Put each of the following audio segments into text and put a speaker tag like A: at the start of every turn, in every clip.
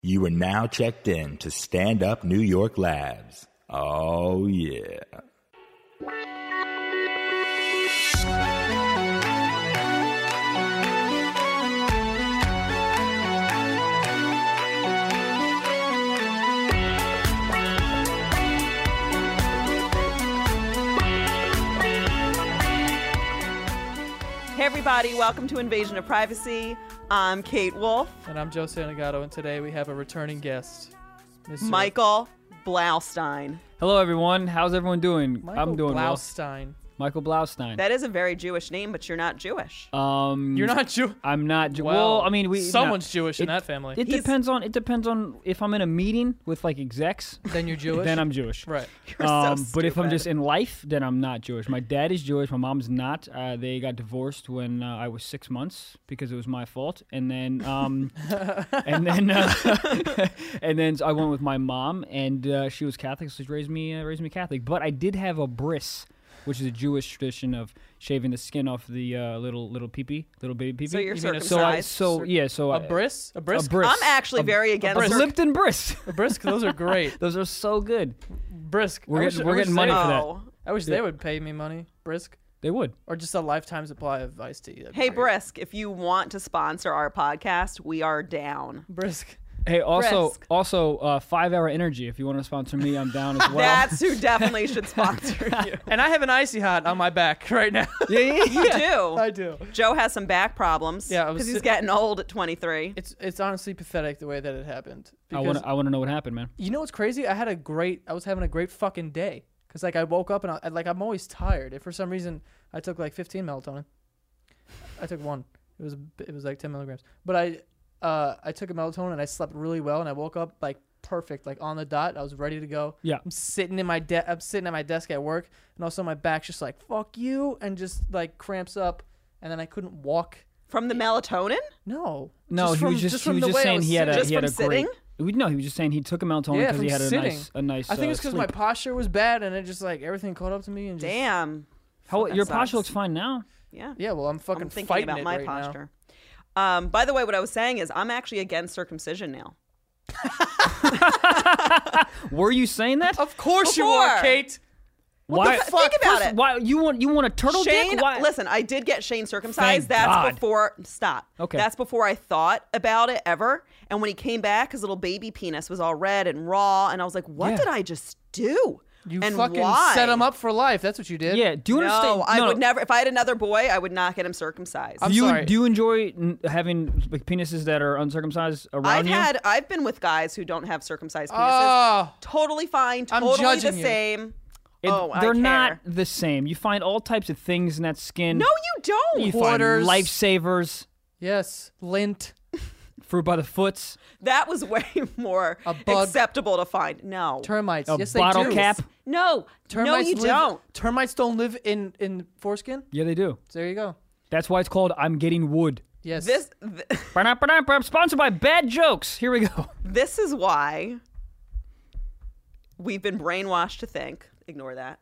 A: You are now checked in to Stand Up New York Labs. Oh, yeah.
B: Hey, everybody, welcome to Invasion of Privacy. I'm Kate Wolf,
C: And I'm Joe Sanegato, and today we have a returning guest, Mr.
B: Michael Blaustein.
D: Hello, everyone. How's everyone doing?
C: Michael
D: I'm doing
C: Blaustein.
D: well. Michael Blaustein.
B: That is a very Jewish name, but you're not Jewish.
C: Uh,
D: um,
C: You're not Jew.
D: I'm not. Ju- well, I mean, we.
C: someone's
D: no,
C: Jewish in
D: it-
C: that family.
D: It
B: He's-
D: depends on. It depends on if I'm in a meeting with like execs.
C: then you're Jewish.
D: Then I'm Jewish.
C: right.
B: You're so
D: Um, but if I'm
B: stupid.
D: just in life, then I'm not Jewish. My dad is Jewish. My mom's not. Uh, they got divorced when uh, I was six months because it was my fault. And then, um, and then, uh, and then I went with my mom, and uh, she was Catholic, so she raised me uh, raised me Catholic. But I did have a bris, which is a Jewish tradition of shaving the skin off the uh, little little peepee, little baby peepee.
B: So you're
C: You mean a
D: so I
B: circumcised?
D: so yeah so
C: A
D: I-
C: bris? A
D: a
C: bris?
D: bris.
B: I'm actually very against.
D: a
B: circ-
D: Lipton bris.
C: A brisk? Those are great.
D: Those are so good.
C: Brisk.
D: We're
C: I
D: getting-
C: wish-
D: we're
C: I wish
D: getting money
C: they-
D: for that.
B: Oh.
C: I wish they would pay me money. Brisk.
D: They would.
C: Or just a lifetime supply of iced tea. That'd be
B: Hey,
C: great.
B: Brisk, if you want to sponsor our podcast, we are down.
C: Brisk.
D: Hey, also,
B: Brisk.
D: also, uh, Five Hour Energy. If you want to sponsor me, I'm down as well.
B: That's who definitely should sponsor you.
C: And I have an icy hot on my back right now.
D: yeah, yeah, yeah.
B: You do.
C: I do.
B: Joe has some back problems.
C: Yeah, I was
B: because he's
C: sit-
B: getting old at 23.
C: It's it's honestly pathetic the way that it happened.
D: I
C: Because
D: want to. I want to know what happened, man.
C: you know what's crazy? I had a great. I was having a great fucking day. Cause like I woke up and I like I'm always tired. If for some reason I took like 15 melatonin, I took one. It was a bit- it was like 10 milligrams. But I uh I took a melatonin and I slept really well and I woke up like perfect, like on the dot. I was ready to go.
D: Yeah.
C: I'm sitting in my de- I'm sitting at my desk at work and also my back's just like fuck you and just like cramps up and then I couldn't walk.
B: From the melatonin?
C: No.
D: No, he
C: from-
D: was just. he
C: from
D: was
C: the
D: just
C: way I
D: saying
C: was
D: he had a.
C: sitting.
B: Just
D: he had a
B: from
D: great.
B: sitting?
D: We- No, he was just saying he took a melatonin
C: Yeah,
D: because
C: from
D: he had a
C: sitting.
D: nice. A nice.
C: I think
D: uh,
C: it's because my
D: sleep.
C: posture was bad, and it just like everything caught up to me. And just,
B: Damn.
D: How,
B: That
D: your
B: sucks.
D: posture looks fine now.
B: Yeah.
C: Yeah, well, I'm fucking
B: I'm thinking
C: fighting
B: about
C: it
B: my
C: right now.
B: posture. Um, by the way, what I was saying is I'm actually against circumcision now.
D: Were you saying that?
C: Of course you
B: Before.
C: are, Kate.
D: why?
B: the fuck? Think about
D: first-
B: it.
D: Why you want you want a turtle
B: Shane,
D: dick? Why?
B: listen, I did get Shane circumcised.
D: Thank
B: That's
D: God.
B: before stop.
D: Okay.
B: That's before I thought about it ever. And when he came back, his little baby penis was all red and raw, and I was like, "What
D: Yeah.
B: did I just do?"
C: You
B: and
C: fucking
B: why?
C: set him up for life. That's what you did.
D: Yeah. Do you
B: No,
D: understand?
B: I would never. If I had another boy, I would not get him circumcised.
C: I'm
D: Do you
C: sorry.
D: do you enjoy n- having like, penises that are uncircumcised around
B: I've
D: you?
B: had. I've been with guys who don't have circumcised penises.
C: Oh,
B: totally fine.
C: I'm
B: Totally the
C: judging you.
B: same.
D: It-
B: oh, I
D: they're
B: care.
D: not the same. You find all types of things in that skin.
B: No, you don't.
D: you
C: quarters.
D: find lifesavers,
C: yes, lint.
D: fruit by the foots,
B: That was way more
C: A bug.
B: acceptable to find. No.
C: Termites.
D: a
C: yes, they
D: bottle
C: do.
D: cap.
B: no.
C: Termites
B: no, you
C: live,
B: don't.
C: Termites don't live in in foreskin.
D: Yeah, they do.
C: So there you go.
D: That's why it's called "I'm Getting Wood."
C: Yes.
B: This th-
D: Ba-dum-ba-dum-ba-dum. Sponsored by Bad Jokes. Here we go.
B: this is why we've been brainwashed to think, ignore that.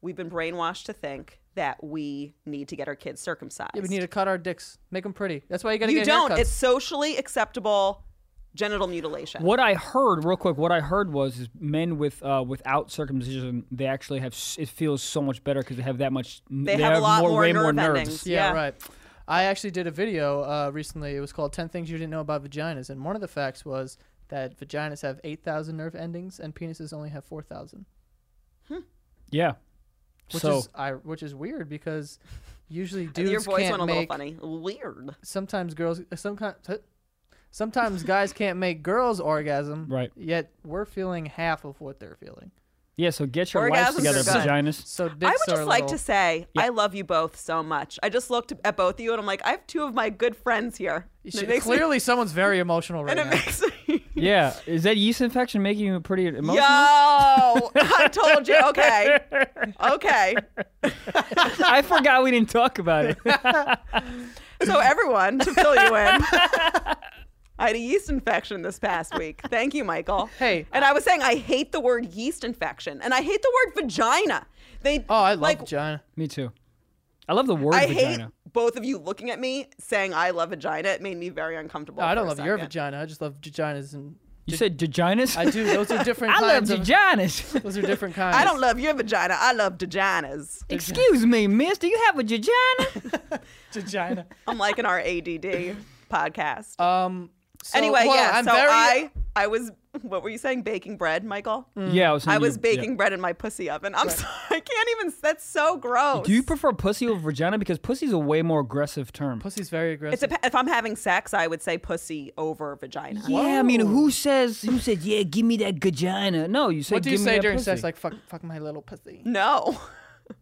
B: We've been brainwashed to think that we need to get our kids circumcised.
C: Yeah, we need to cut our dicks. Make them pretty. That's why you gotta
B: you
C: get
B: don't.
C: haircuts.
B: It's socially acceptable genital mutilation.
D: What I heard, real quick, what I heard was is men with uh, without circumcision, they actually have. s- It feels so much better because they have that much. n-
B: They have a lot
D: more,
B: more
D: way more
B: nerve
D: nerves.
B: endings.
C: Yeah,
B: Yeah.
C: right. I actually did a video uh, recently. It was called 10 Things You Didn't Know About Vaginas. And one of the facts was that vaginas have 8,000 nerve endings and penises only have 4,000.
D: Yeah.
C: Which
D: so
C: is I, which is weird because usually dudes
B: Your voice
C: can't
B: went a little
C: make
B: funny. Weird.
C: sometimes girls some kind sometimes guys can't make girls orgasm.
D: Right.
C: Yet we're feeling half of what they're feeling.
D: yeah, so get your lives
B: Orgasms
D: together,
B: are good.
D: vaginas.
C: So dicks
B: I would
C: are
B: just
C: a
B: like to
C: little-
B: say I love you both so much. I just looked at both of you and I'm like, I have two of my good friends here.
C: You
B: And it
C: should-
B: makes me-
C: clearly someone's very emotional right
B: and it
C: now.
B: makes me.
D: Yeah, is that yeast infection making you pretty emotional?
B: Yo, I told you. Okay, okay.
D: I forgot we didn't talk about it.
B: So everyone, to fill you in, I had a yeast infection this past week. Thank you, Michael.
C: Hey.
B: and I was saying I hate the word yeast infection, and I hate the word vagina. They
C: oh, I love
B: like,
C: vagina.
D: me too. I love the word
B: I hate
D: vagina.
B: both of you looking at me saying I love vagina. It made me very uncomfortable.
C: No, I
B: for
C: don't
B: a
C: love your
B: second.
C: vagina. I just love vaginas and
D: You said vaginas?
C: I do. Those are different
D: I love
C: kinds of.
D: vaginas.
C: Those are different kinds.
B: I don't love your vagina. I love vaginas.
D: Excuse me, miss. Do you have a vagina?
C: vagina.
B: I'm like in our ADD podcast.
C: Um. so-
B: anyway,
C: well,
B: yeah.
C: I'm
B: so
C: very,
B: I, I was, what were you saying? Baking bread, Michael?
D: Yeah, I was.
B: Mm. I
D: thinking
B: was
D: you-
B: baking
D: Mm. yeah.
B: bread in my pussy oven. I'm sorry. I can't even. That's so gross.
D: Do you prefer pussy over vagina? Because pussy's a way more aggressive term.
C: Pussy's very aggressive.
B: It's a, if I'm having sex, I would say pussy over vagina.
D: Yeah, I mean, who says? Who said? Yeah, give me that vagina. No, you said.
C: what do you
D: give me
C: say
D: that
C: during
D: pussy.
C: sex? Like fuck, fuck my little
B: Mm,
C: pussy.
B: No.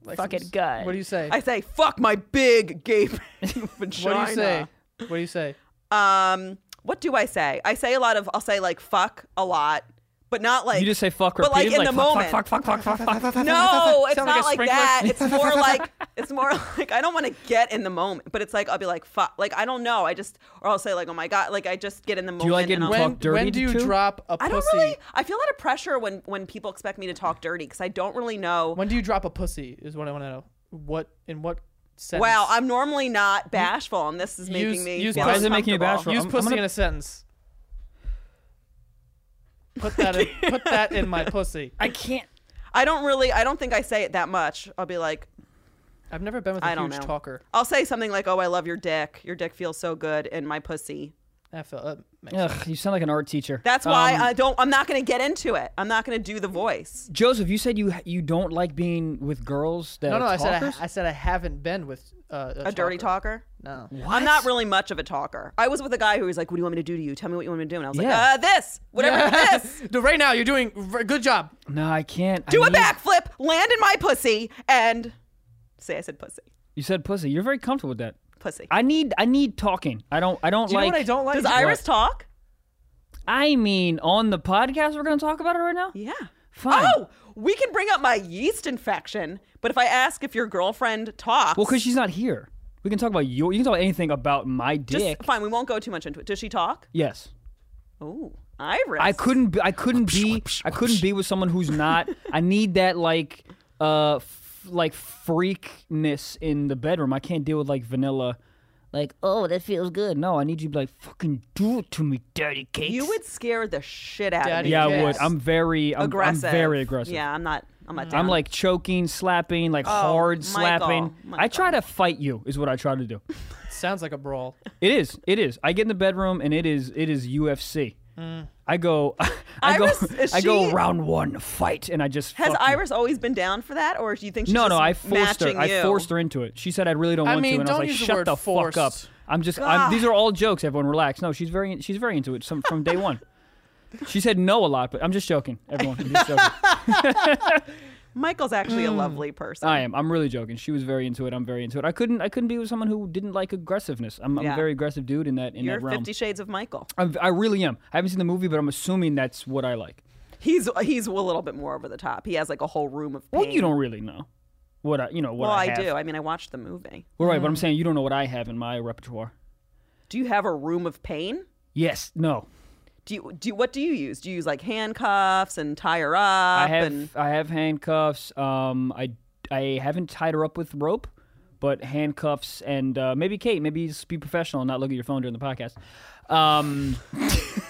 C: Like,
D: Fuck
C: some-
D: it, good.
C: What do you say?
B: I say, fuck my big gaping vagina.
C: what do you say? What do you say?
B: Um, what do I say? I say a lot of. I'll say like fuck a lot, but not like.
D: You just say fuck
B: But like in
D: repeatedly,
B: the
D: like, fuck,
B: moment.
D: Fuck, fuck, fuck, fuck, fuck, fuck, fuck.
B: No, it's
C: Sound like
B: not
C: a
B: like,
C: sprinkler.
B: that. It's more like it's more like I don't want to get in the moment, but it's like I'll be like fuck, like I don't know. I just or I'll say like oh my god, like I just get in the moment.
D: you like
B: and
D: getting
B: I'll-
D: Talk
C: When
D: dirty
C: when do you
D: too?
C: drop a
B: I don't
C: pussy?
B: really. I feel a lot of pressure when when people expect me to talk dirty because I don't really know.
C: When do you drop a pussy? Is what I want to know. What in what sense?
B: Wow, I'm normally not bashful, and this is making
C: Use-
B: me.
C: use
B: feel
C: Why is it
D: making you
B: uncomfortable.
D: bashful?
C: Use
D: I'm- I'm
C: pussy
D: gonna-
C: in a sentence. Put that in, put that in my pussy.
D: I can't.
B: I don't really. I don't think I say it that much. I'll be like,
C: I've never been with a
B: I don't
C: huge
B: know.
C: talker.
B: I'll say something like, "Oh, I love your dick. Your dick feels so good in my pussy."
C: I feel that makes sense.
D: Ugh, you sound like an art teacher.
B: That's why
D: Um,
B: I don't. I'm not going to get into it. I'm not going to do the voice.
D: Joseph, you said you you don't like being with girls that
C: No, no,
D: are
C: I said I,
D: talkers?
C: I said I haven't been with uh,
B: A dirty talker.
C: No.
B: I'm not really much of a talker. I was with a guy who was like, "What do you want me to do to you? Tell me what you want me to do." And I was
D: Yeah.
B: like, "Uh, this, whatever this.
C: No, right now you're doing a good job.
D: no, I can't.
B: Do
D: I
B: a
D: need-
B: backflip, land in my pussy, and say I said pussy,
D: You said pussy. You're very comfortable with that.
B: pussy."
D: I need I need talking. I don't I don't
C: Do you
D: like
C: know what I don't like?
B: Does Iris talk?
D: I mean on the podcast we're gonna talk about it right now?
B: Yeah.
D: Fine.
B: Oh, we can bring up my yeast infection, but if I ask if your girlfriend talks,
D: Well, cause she's not here. We can talk about your you can talk about anything about my
B: just
D: dick.
B: fine. We won't go too much into it. Does she talk?
D: yes.
B: Oh, Iris.
D: I couldn't be- I couldn't be I couldn't be with someone who's not I need that like uh f- like freakness in the bedroom. I can't deal with like vanilla like oh that feels good. No, I need you to be like fucking do it to me, dirty cakes.
B: You would scare the shit out of
C: Daddy
B: me.
D: Yeah, I
C: Yes.
D: would. I'm very I'm, I'm
B: aggressive.
D: very aggressive. Mm.
B: Yeah, I'm not. I'm not. Down.
D: I'm like choking, slapping, like
B: Oh,
D: hard slapping. I
B: Michael.
D: try to fight you is what I try to do.
C: Sounds like a brawl.
D: It is. It is. I get in the bedroom and it is it is UFC. I go I go
B: Mm. Iris, is
D: I go
B: she-
D: round 1 fight and I just
B: Has
D: fuck you.
B: Iris always been down for that, or do you think she's
D: No,
B: just
D: no, I forced her.
B: matching
D: I
B: you?
D: forced her into it. She said I really don't
C: I
D: want
C: mean,
D: to and I
C: don't
D: was
C: use
D: like
C: the
D: shut
C: word
D: the fuck up.
C: forced.
D: I'm just I'm, these
B: Ah.
D: are all jokes, everyone relax. No, she's very she's very into it some, from day 1. She said no a lot, but I'm just joking, everyone. I'm just joking.
B: Michael's actually a lovely person.
D: Mm. I am. I'm really joking. She was very into it. I'm very into it. I couldn't. I couldn't be with someone who didn't like aggressiveness. I'm, I'm
B: Yeah.
D: a very aggressive dude in that in
B: You're
D: that realm.
B: Fifty Shades of Michael.
D: I'm, I really am. I haven't seen the movie, but I'm assuming that's what I like.
B: He's he's a little bit more over the top. He has like a whole room of pain.
D: uh, Well, you don't really know what I. You know what
B: Well,
D: I,
B: I,
D: have.
B: do. Mm-hmm. I mean, I watched the movie.
D: Well, right, but I'm saying you don't know what I have in my repertoire.
B: Do you have a room of pain?
D: Yes. No.
B: Do you do? you- What do you use? Do you use like handcuffs and tie her up?
D: I have.
B: and
D: I have handcuffs. Um. I. I haven't tied her up with rope, but handcuffs and uh, maybe Kate. Maybe just be professional and not look at your phone during the podcast. Um.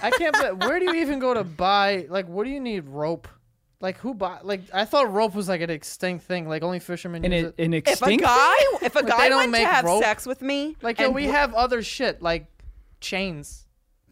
C: I can't. believe, where do you even go to buy? Like, what do you need rope? Like who bought? Like I thought rope was like an extinct thing. Like only fishermen
D: And
C: use
D: it,
C: it.
D: an
B: if a
D: extinct.
B: guy if a
C: Like, they
B: guy
C: don't
B: went to
C: make
B: have
C: rope.
B: sex with me,
C: Like yo,
B: and
C: we have other shit like chains.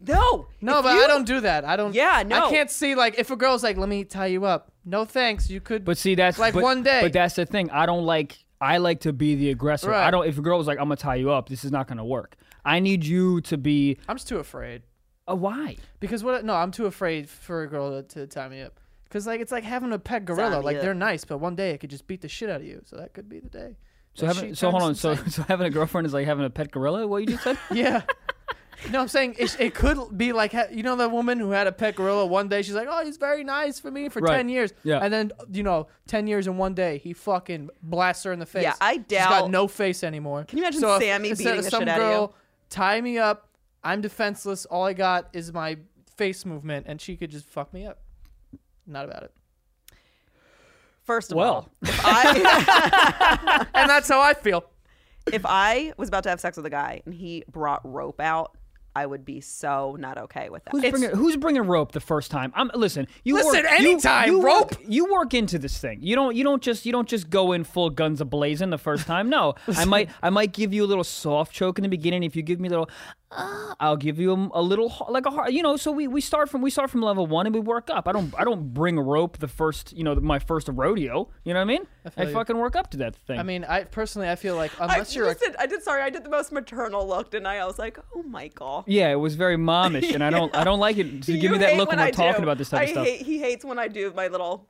B: No.
C: No,
B: if
C: but
B: you-
C: I don't do that. I don't.
B: Yeah, no.
C: I can't see like if a girl's like, "Let me tie you up." No, thanks. You could.
D: But see, that's
C: like
D: but-
C: one day.
D: But that's the thing. I don't like. I like to be the aggressor.
C: Right.
D: I don't. If a girl was like, "I'm gonna tie you up," this is not gonna work. I need you to be.
C: I'm just too afraid
D: Uh, why?
C: because what? No, I'm too afraid for a girl to, to tie me up. Cause like it's like having a pet gorilla.
B: me
C: Like
B: up.
C: they're nice, but one day it could just beat the shit out of you. So that could be the day.
D: So
C: that
D: having
C: she
D: so hold on.
C: turns
D: So
C: insane.
D: so having a girlfriend is like having a pet gorilla. What you just said?
C: yeah. No, I'm saying it, it could be like ha- you know the woman who had a pet gorilla. One day she's like, "Oh, he's very nice for me for
D: Right.
C: ten years,"
D: Yeah.
C: and then you know, ten years in one day, he fucking blasts her in the face.
B: Yeah, I
C: She's got
B: doubt-
C: no face anymore.
B: Can you imagine
C: so if-
B: Sammy
C: instead
B: beating
C: of
B: the
C: some
B: shit out of you?
C: girl, Tie me up. I'm defenseless. All I got is my face movement, and she could just fuck me up. Not about it.
B: First of
D: Well.
B: all, if I,
C: And that's how I feel.
B: if I was about to have sex with a guy and he brought rope out, I would be so not okay with that.
D: Who's
B: It's-
D: bringing Who's bringing rope the first time? I'm listen. You
C: Listen,
D: work, you-
C: anytime,
D: you,
C: rope.
D: Work, you work into this thing. You don't. You don't just. You don't just go in full guns a blazing the first time. No, I might. I might give you a little soft choke in the beginning. If you give me a little, ah, I'll give you a, a little h- like a hard. You know. So we, we start from we start from level one and we work up. I don't. I don't bring rope the first. You know, my first rodeo. You know what I mean? I,
C: you.
D: fucking work up to that thing.
C: I mean, I personally, I feel like
B: I
C: unless you're a
B: just did. I did. Sorry, I did the most maternal look, didn't I? I was like, oh my god.
D: Yeah, it was very momish, and I don't, I don't like it. So
B: You
D: give me that
B: hate
D: look when
B: I
D: we're talking
B: do.
D: about this type
B: I
D: of stuff.
B: Hate, he hates when I do my little.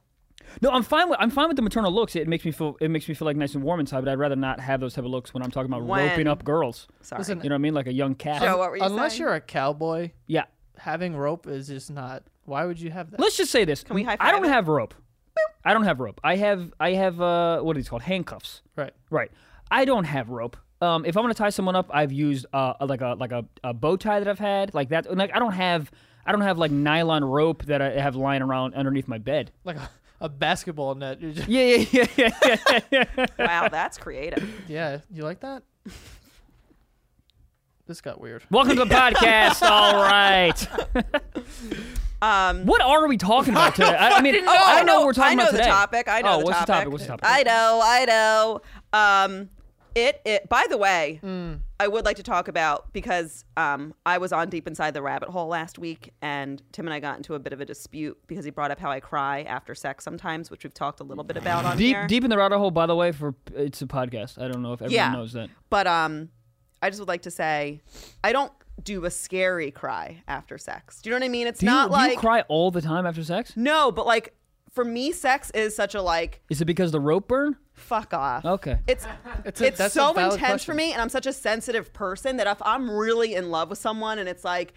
D: No, I'm fine with I'm fine with the maternal looks. It makes me feel it makes me feel like nice and warm inside, but I'd rather not have those type of looks when I'm talking about
B: When-
D: roping up girls.
B: Sorry.
D: You know what I mean? Like a young cat.
B: Joe, what were you
C: unless
B: saying?
C: you're a cowboy,
D: yeah.
C: having rope is just not. Why would you have that?
D: Let's just say this. Can
B: we high
D: I don't
B: five it?
D: have rope. I don't have rope. I have I have uh what are these called? Handcuffs.
C: Right.
D: Right. I don't have rope. Um, if I'm gonna tie someone up, I've used uh a- like a like a, a bow tie that I've had like that. Like I don't have I don't have like nylon rope that I have lying around underneath my bed.
C: like a, a basketball net. You're just,
D: Yeah, yeah, yeah, yeah, yeah.
B: wow, that's creative.
C: yeah, you like that? This got weird.
D: Welcome to the podcast. All right.
B: Um,
D: What are we talking about today? I, I mean, oh,
C: fucking
D: I don't
B: know.
D: know what we're talking
B: I know
D: about
B: the
D: today.
B: topic. I know
D: oh,
B: the
D: what's
B: topic.
D: the topic? What's the topic?
B: I know, I know. Um, it, it. By the way,
D: Mm.
B: I would like to talk about because um, I was on deep inside the rabbit hole last week, and Tim and I got into a bit of a dispute because he brought up how I cry after sex sometimes, which we've talked a little bit about on
D: deep,
B: here.
D: deep in the rabbit hole. By the way, for it's a podcast. I don't know if everyone
B: Yeah.
D: knows that.
B: But um, I just would like to say, I don't do a scary cry after sex. Do you know what I mean? It's
D: Do you,
B: not
D: do
B: like
D: you cry all the time after sex?
B: no, but like for me, sex is such a like
D: Is it because the rope burn?
B: fuck off.
D: Okay.
B: It's
C: It's
B: it's,
C: a- that's a
B: so
C: valid
B: intense for
C: question.
B: me, and I'm such a sensitive person that if I'm really in love with someone, and it's like,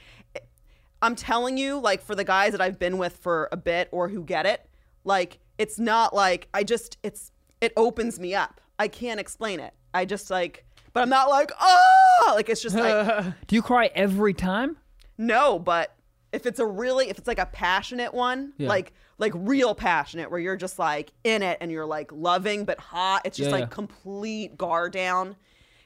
B: I'm telling you, like for the guys that I've been with for a bit or who get it, like it's not like I just it's it opens me up. I can't explain it. I just like, but I'm not like oh, like it's just like
D: Do you cry every time?
B: no, but. If it's a really, if it's like a passionate one,
D: Yeah.
B: like like real passionate, where you're just like in it and you're like loving but hot, it's just
D: Yeah,
B: like
D: yeah.
B: complete guard down.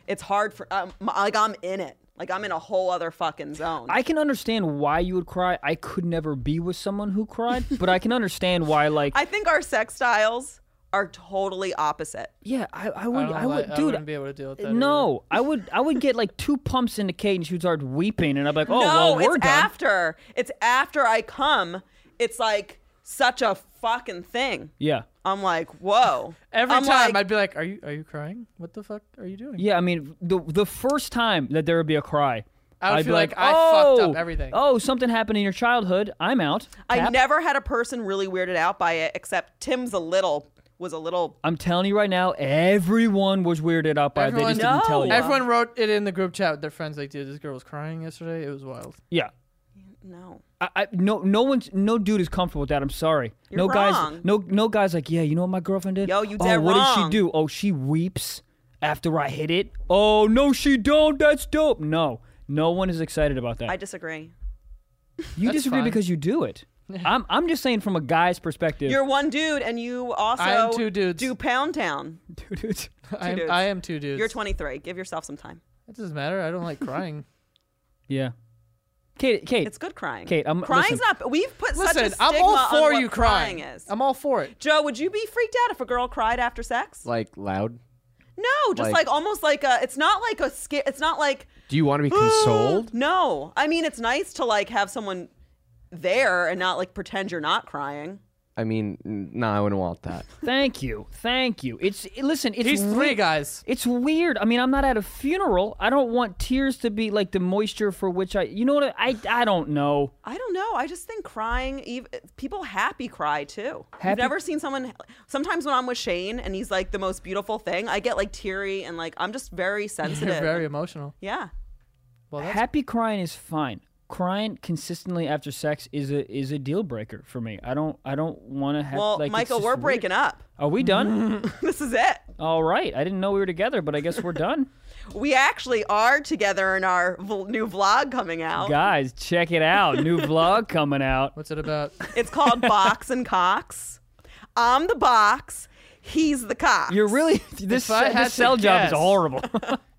B: It's hard for um, like I'm in it. Like I'm in a whole other fucking zone.
D: I can understand why you would cry. I could never be with someone who cried, but I can understand why. Like,
B: I think our sex styles are totally opposite.
D: yeah, I, I
C: I,
D: would,
C: don't
D: I,
C: li-
D: would,
C: I
D: dude.
C: wouldn't be able to deal with that.
D: no, I would, I would get like two pumps in the cage, and she would start weeping, and I'd be like, "Oh,
B: no,
D: well, we're
B: it's
D: done."
B: after. It's after I come. It's like such a fucking thing.
D: yeah,
B: I'm like, whoa.
C: Every
B: I'm
C: time
B: like,
C: I'd be like, "Are you are you crying? What the fuck are you doing?"
D: Yeah, I mean, the the first time that there would be a cry,
C: I would
D: I'd
C: feel
D: be
C: like
D: like,
C: I
D: oh,
C: fucked up everything."
D: Oh, something happened in your childhood. I'm out.
B: I
D: Tap.
B: never had a person really weirded out by it, except Tim's a little was a little.
D: I'm telling you right now, everyone was weirded out by it. They
C: Everyone-
D: just didn't tell you.
B: No.
C: Everyone wrote it in the group chat with their friends, like, "Dude, this girl was crying yesterday. It was wild."
D: yeah.
B: No.
D: I, I no no one's no dude is comfortable with that. I'm sorry. no
B: You're
D: guys
B: wrong.
D: no no guys like, yeah, you know what my girlfriend did?
B: Yo, you
D: oh,
B: dead
D: what did she
B: wrong."
D: do? Oh, she weeps after I hit it. Oh no, she don't. That's dope. No. No one is excited about that.
B: I disagree.
D: you
C: That's
D: disagree
C: fine.
D: because you do it. I'm I'm just saying from a guy's perspective.
B: You're one dude, and you also
C: I'm two dudes.
B: do Pound Town.
D: dude, it's-
C: I am,
B: dudes.
C: I am two dudes.
B: You're 23. Give yourself some time.
C: It doesn't matter. I don't like crying.
D: Yeah. Kate, Kate,
B: It's good crying.
D: Kate, I'm-
B: crying's
D: listen.
B: not. We've put such a
C: Listen,
B: stigma
C: I'm all
B: on
C: for
B: what
C: you crying.
B: Is
C: I'm all for it.
B: Joe? Would you be freaked out if a girl cried after sex?
E: Like loud.
B: No, just like,
E: Like-
B: almost like a. It's not like a skit. It's not like
E: Do you want to be consoled?
B: No, I mean it's nice to like have someone there and not like pretend you're not crying.
E: I mean, n- no, I wouldn't want that.
D: Thank you, thank you. It's it- listen. It's
C: These three
D: wei-
C: guys.
D: It's weird. I mean, I'm not at a funeral. I don't want tears to be like the moisture for which I. You know what? I I don't know.
B: I don't know. I just think crying, ev people happy cry too. I've
D: Happy-
B: never seen someone. Sometimes when I'm with Shane and he's like the most beautiful thing, I get like teary and like I'm just very sensitive.
C: You're very emotional.
B: yeah. Oh,
C: Well, that's
D: Happy crying is fine. Crying consistently after sex is a is a deal breaker for me. I don't I don't want to have.
B: Well,
D: like, it's
B: Michael,
D: just
B: we're
D: weird.
B: breaking up.
D: Are we done?
B: This is it.
D: All right. I didn't know we were together, but I guess we're done.
B: We actually are together in our v- new vlog coming out.
D: Guys, check it out. New vlog coming out.
C: what's it about?
B: It's called Box and Cox. I'm the box. He's the cox.
D: You're really this,
C: If I
D: this
C: had to
D: sell job
C: guess-
D: is horrible.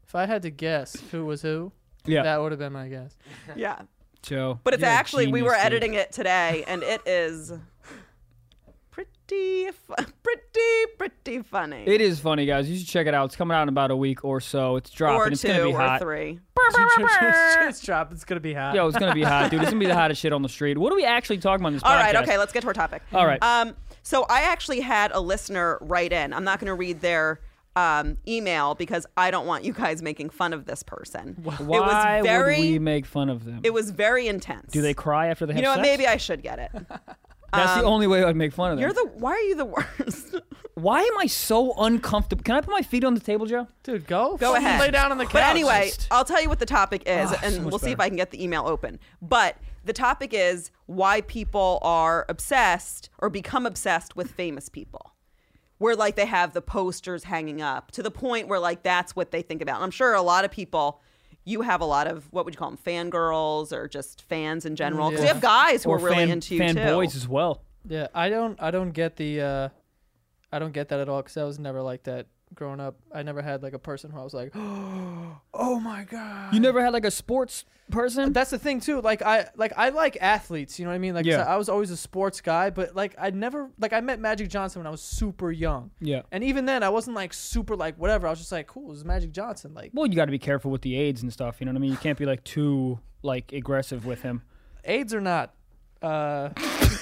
C: If I had to guess who was who,
D: Yeah.
C: that would have been my guess.
B: yeah.
D: Joe.
B: But it's
D: you're a
B: actually we
D: genius,
B: were
D: dude.
B: editing it today, and it is pretty, fu- pretty, pretty funny.
D: It is funny, guys. You should check it out. It's coming out in about a week or so. It's dropping.
B: or
D: it's
B: two
D: gonna be
B: or
D: hot.
B: three.
C: it's drop. It's gonna be hot.
D: Yo, it's gonna be hot, dude. It's gonna be the hottest shit on the street. What are we actually talking about in this
B: All
D: podcast?
B: right, okay, let's get to our topic.
D: All right.
B: Um, so I actually had a listener write in. I'm not going to read their um, email because I don't want you guys making fun of this person. It
D: Why
B: was very.
D: would we make fun of them?
B: it was very intense.
D: Do they cry after they have
B: You know what?
D: sex?
B: Maybe I should get it.
D: That's the only way I'd make fun of them.
B: You're the. Why are you the worst?
D: Why am I so uncomfortable? Can I put my feet on the table, Joe?
C: Dude, go.
B: Go
C: fucking
B: ahead.
C: Lay down on the couch.
B: But anyway,
D: Just- Ah,
B: I'll tell you what the topic is, and
D: so much
B: we'll see if
D: better.
B: I can get the email open. But the topic is why people are obsessed or become obsessed with famous people. Where like they have the posters hanging up to the point where like that's what they think about. And I'm sure a lot of people you have a lot of what would you call them fangirls or just fans in general. Because you have guys who
D: or
B: are really
D: fan,
B: into you
D: fan
B: too.
D: boys as well.
C: Yeah, I don't. I don't get the. uh I don't get that at all because I was never like that growing up. I never had like a person who I was like, oh my god.
D: You never had like a sports person?
C: That's the thing too. Like I like I like athletes. You know what I mean? Like
D: Yeah.
C: I was always a sports guy, but like I never like I met Magic Johnson when I was super young.
D: Yeah.
C: And even then, I wasn't like super like whatever. I was just like, cool, this is Magic Johnson. Like
D: well, you got to be careful with the AIDS and stuff. You know what I mean? You can't be like too like aggressive with him.
C: AIDS or not, uh,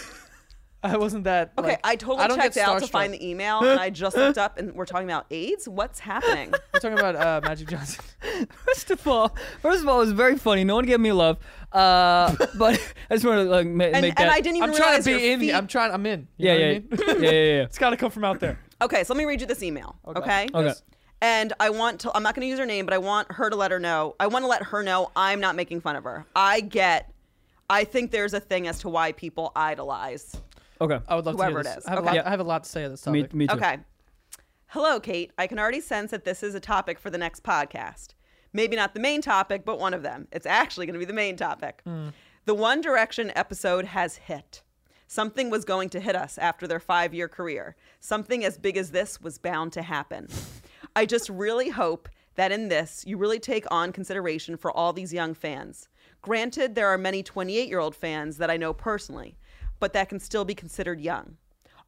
C: I wasn't that.
B: Okay,
C: like-
B: I totally
C: don't get
B: checked out to
C: starstruck.
B: find the email, and I just looked up, and we're talking about AIDS. What's happening?
C: We're talking about uh, Magic Johnson.
D: First of all, first of all, it was very funny. No one gave me love, uh, but I just want to like ma-
B: And,
D: make
B: and
D: that.
B: I didn't even
C: I'm trying
B: realize
C: to be
B: your
C: in.
B: feet-
C: I'm trying. I'm in. You
D: yeah,
C: know what I
D: yeah,
C: mean?
D: yeah, yeah, yeah,
C: It's got to come from out there.
B: Okay, so let me read you this email. Okay.
D: Okay.
B: And I want to, I'm not going to use her name, but I want her to let her know. I want to let her know I'm not making fun of her. I get, I think there's a thing as to why people idolize.
D: Okay.
C: I would love
B: Whoever it
C: to hear this.
B: is.
C: I have,
B: Okay.
C: a lot, I have a lot to say on this
D: Me,
C: topic.
D: me too.
B: Okay. Hello, Kate. I can already sense that this is a topic for the next podcast. Maybe not the main topic, but one of them. It's actually going to be the main topic.
D: Hmm.
B: The One Direction episode has hit. Something was going to hit us after their five year career. Something as big as this was bound to happen. I just really hope that in this, you really take on consideration for all these young fans. Granted, there are many 28 year old fans that I know personally, but that can still be considered young.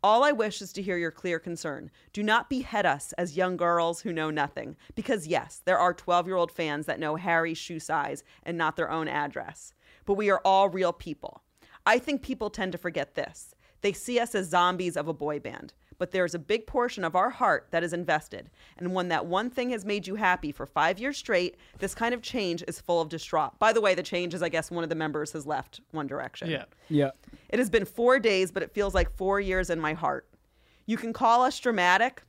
B: All I wish is to hear your clear concern. Do not behead us as young girls who know nothing, because yes, there are 12 year old fans that know Harry's shoe size and not their own address. But we are all real people. I think people tend to forget this. They see us as zombies of a boy band, but there is a big portion of our heart that is invested. And when that one thing has made you happy for five years straight, this kind of change is full of distraught. By the way, the change is, I guess, one of the members has left One Direction.
C: Yeah.
D: Yeah.
B: It has been four days, but it feels like four years in my heart. You can call us dramatic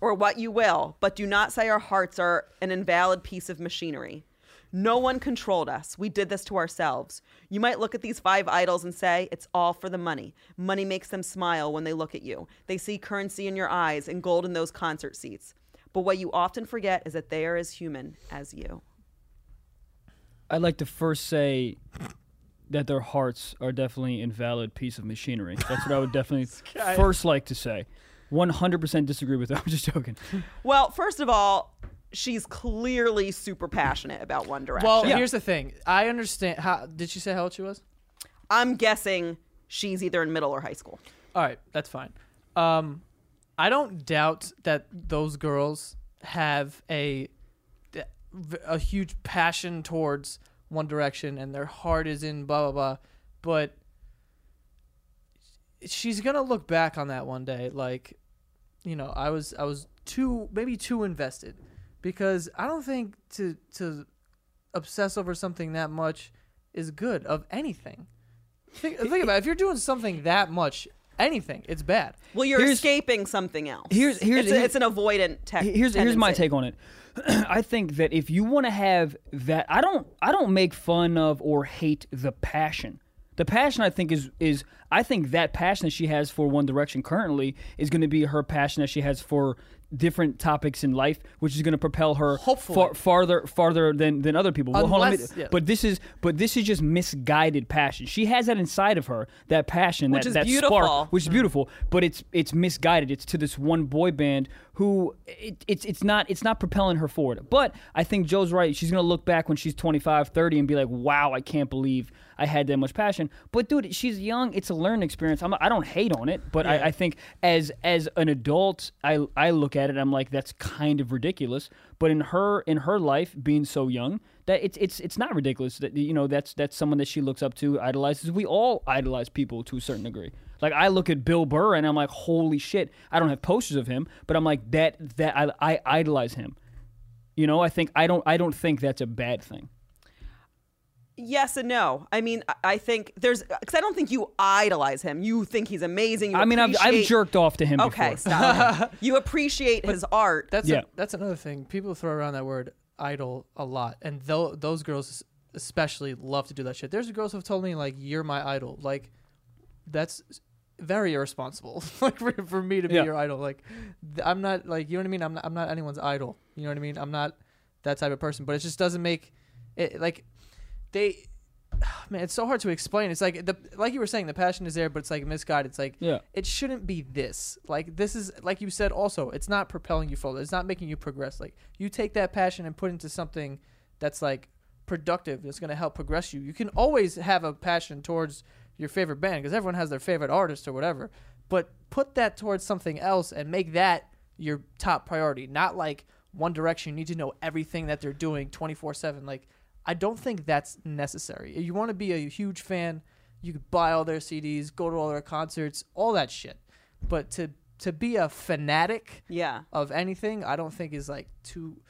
B: or what you will, but do not say our hearts are an invalid piece of machinery. No one controlled us. We did this to ourselves. You might look at these five idols and say, it's all for the money. Money makes them smile when they look at you. They see currency in your eyes and gold in those concert seats. But what you often forget is that they are as human as you.
D: I'd like to first say that their hearts are definitely invalid piece of machinery. That's what I would definitely first like to say. 100% disagree with that. I'm just joking.
B: Well, first of all, she's clearly super passionate about One Direction.
C: Well, here's the thing. I understand. How did she say how old she was?
B: I'm guessing she's either in middle or high school.
C: All right, that's fine. Um, I don't doubt that those girls have a a huge passion towards One Direction and their heart is in blah blah blah, but she's gonna look back on that one day like you know i was i was too maybe too invested because i don't think to to obsess over something that much is good of anything think, think about it if you're doing something that much anything it's bad
B: Well, you're
D: Here's-
B: escaping something else.
D: here's- here's-
B: it's, a,
D: here's-
B: it's an avoidant tech.
D: here's here's my
B: tendency.
D: take on it. I think that if you want to have that, I don't I don't make fun of or hate the passion. The passion I think is is I think that passion that she has for One Direction currently is going to be her passion that she has for different topics in life, which is going to propel her
C: Hopefully.
D: far, farther farther than than other people. Well, hold on a
C: Unless-
D: minute.
C: yeah.
D: But this is but this is just misguided passion. She has that inside of her that passion
B: Which
D: that
B: is
D: that
B: beautiful.
D: spark, which is beautiful, but it's it's misguided. It's to this one boy band who it, it's it's not it's not propelling her forward. But I think Joe's right. She's gonna look back when she's 25, 30 and be like, "Wow, I can't believe I had that much passion." But dude, she's young. It's a learning experience. I'm, I don't hate on it, but I, I think as as an adult, I I look at it. I'm like, that's kind of ridiculous. But in her in her life, being so young, that it's it's it's not ridiculous. That you know that's that's someone that she looks up to, idolizes. We all idolize people to a certain degree. Like I look at Bill Burr and I'm like, holy shit! I don't have posters of him, but I'm like that that I, I idolize him. You know, I think I don't I don't think that's a bad thing.
B: Yes and no. I mean, I- I think there's because I don't think you idolize him. You think he's amazing. You
D: I mean, I've, I've
B: appreciate-
D: jerked off to him.
B: Okay,
D: before.
B: stop. you appreciate his art.
C: That's
D: Yeah.
C: a, that's another thing. People throw around that word idol a lot, and tho- those girls especially love to do that shit. There's girls who've told me like, "You're my idol." Like, that's very irresponsible. like for, for me to be
D: Yeah.
C: your idol. Like, th- I'm not like you know what I mean. I'm not, I'm not anyone's idol. You know what I mean. I'm not that type of person. But it just doesn't make it like they. Man, it's so hard to explain. It's like the like you were saying, the passion is there, but it's like misguided. It's like
D: Yeah.
C: it shouldn't be this. Like this is like you said also, it's not propelling you forward. It's not making you progress. Like you take that passion and put it into something that's like productive that's going to help progress you. You can always have a passion towards your favorite band because everyone has their favorite artist or whatever, but put that towards something else and make that your top priority. Not like One Direction you need to know everything that they're doing 24/7 like I don't think that's necessary. If You want to be a huge fan, you could buy all their CDs, go to all their concerts, all that shit. But to to be a fanatic
B: Yeah.
C: of anything, I don't think is like too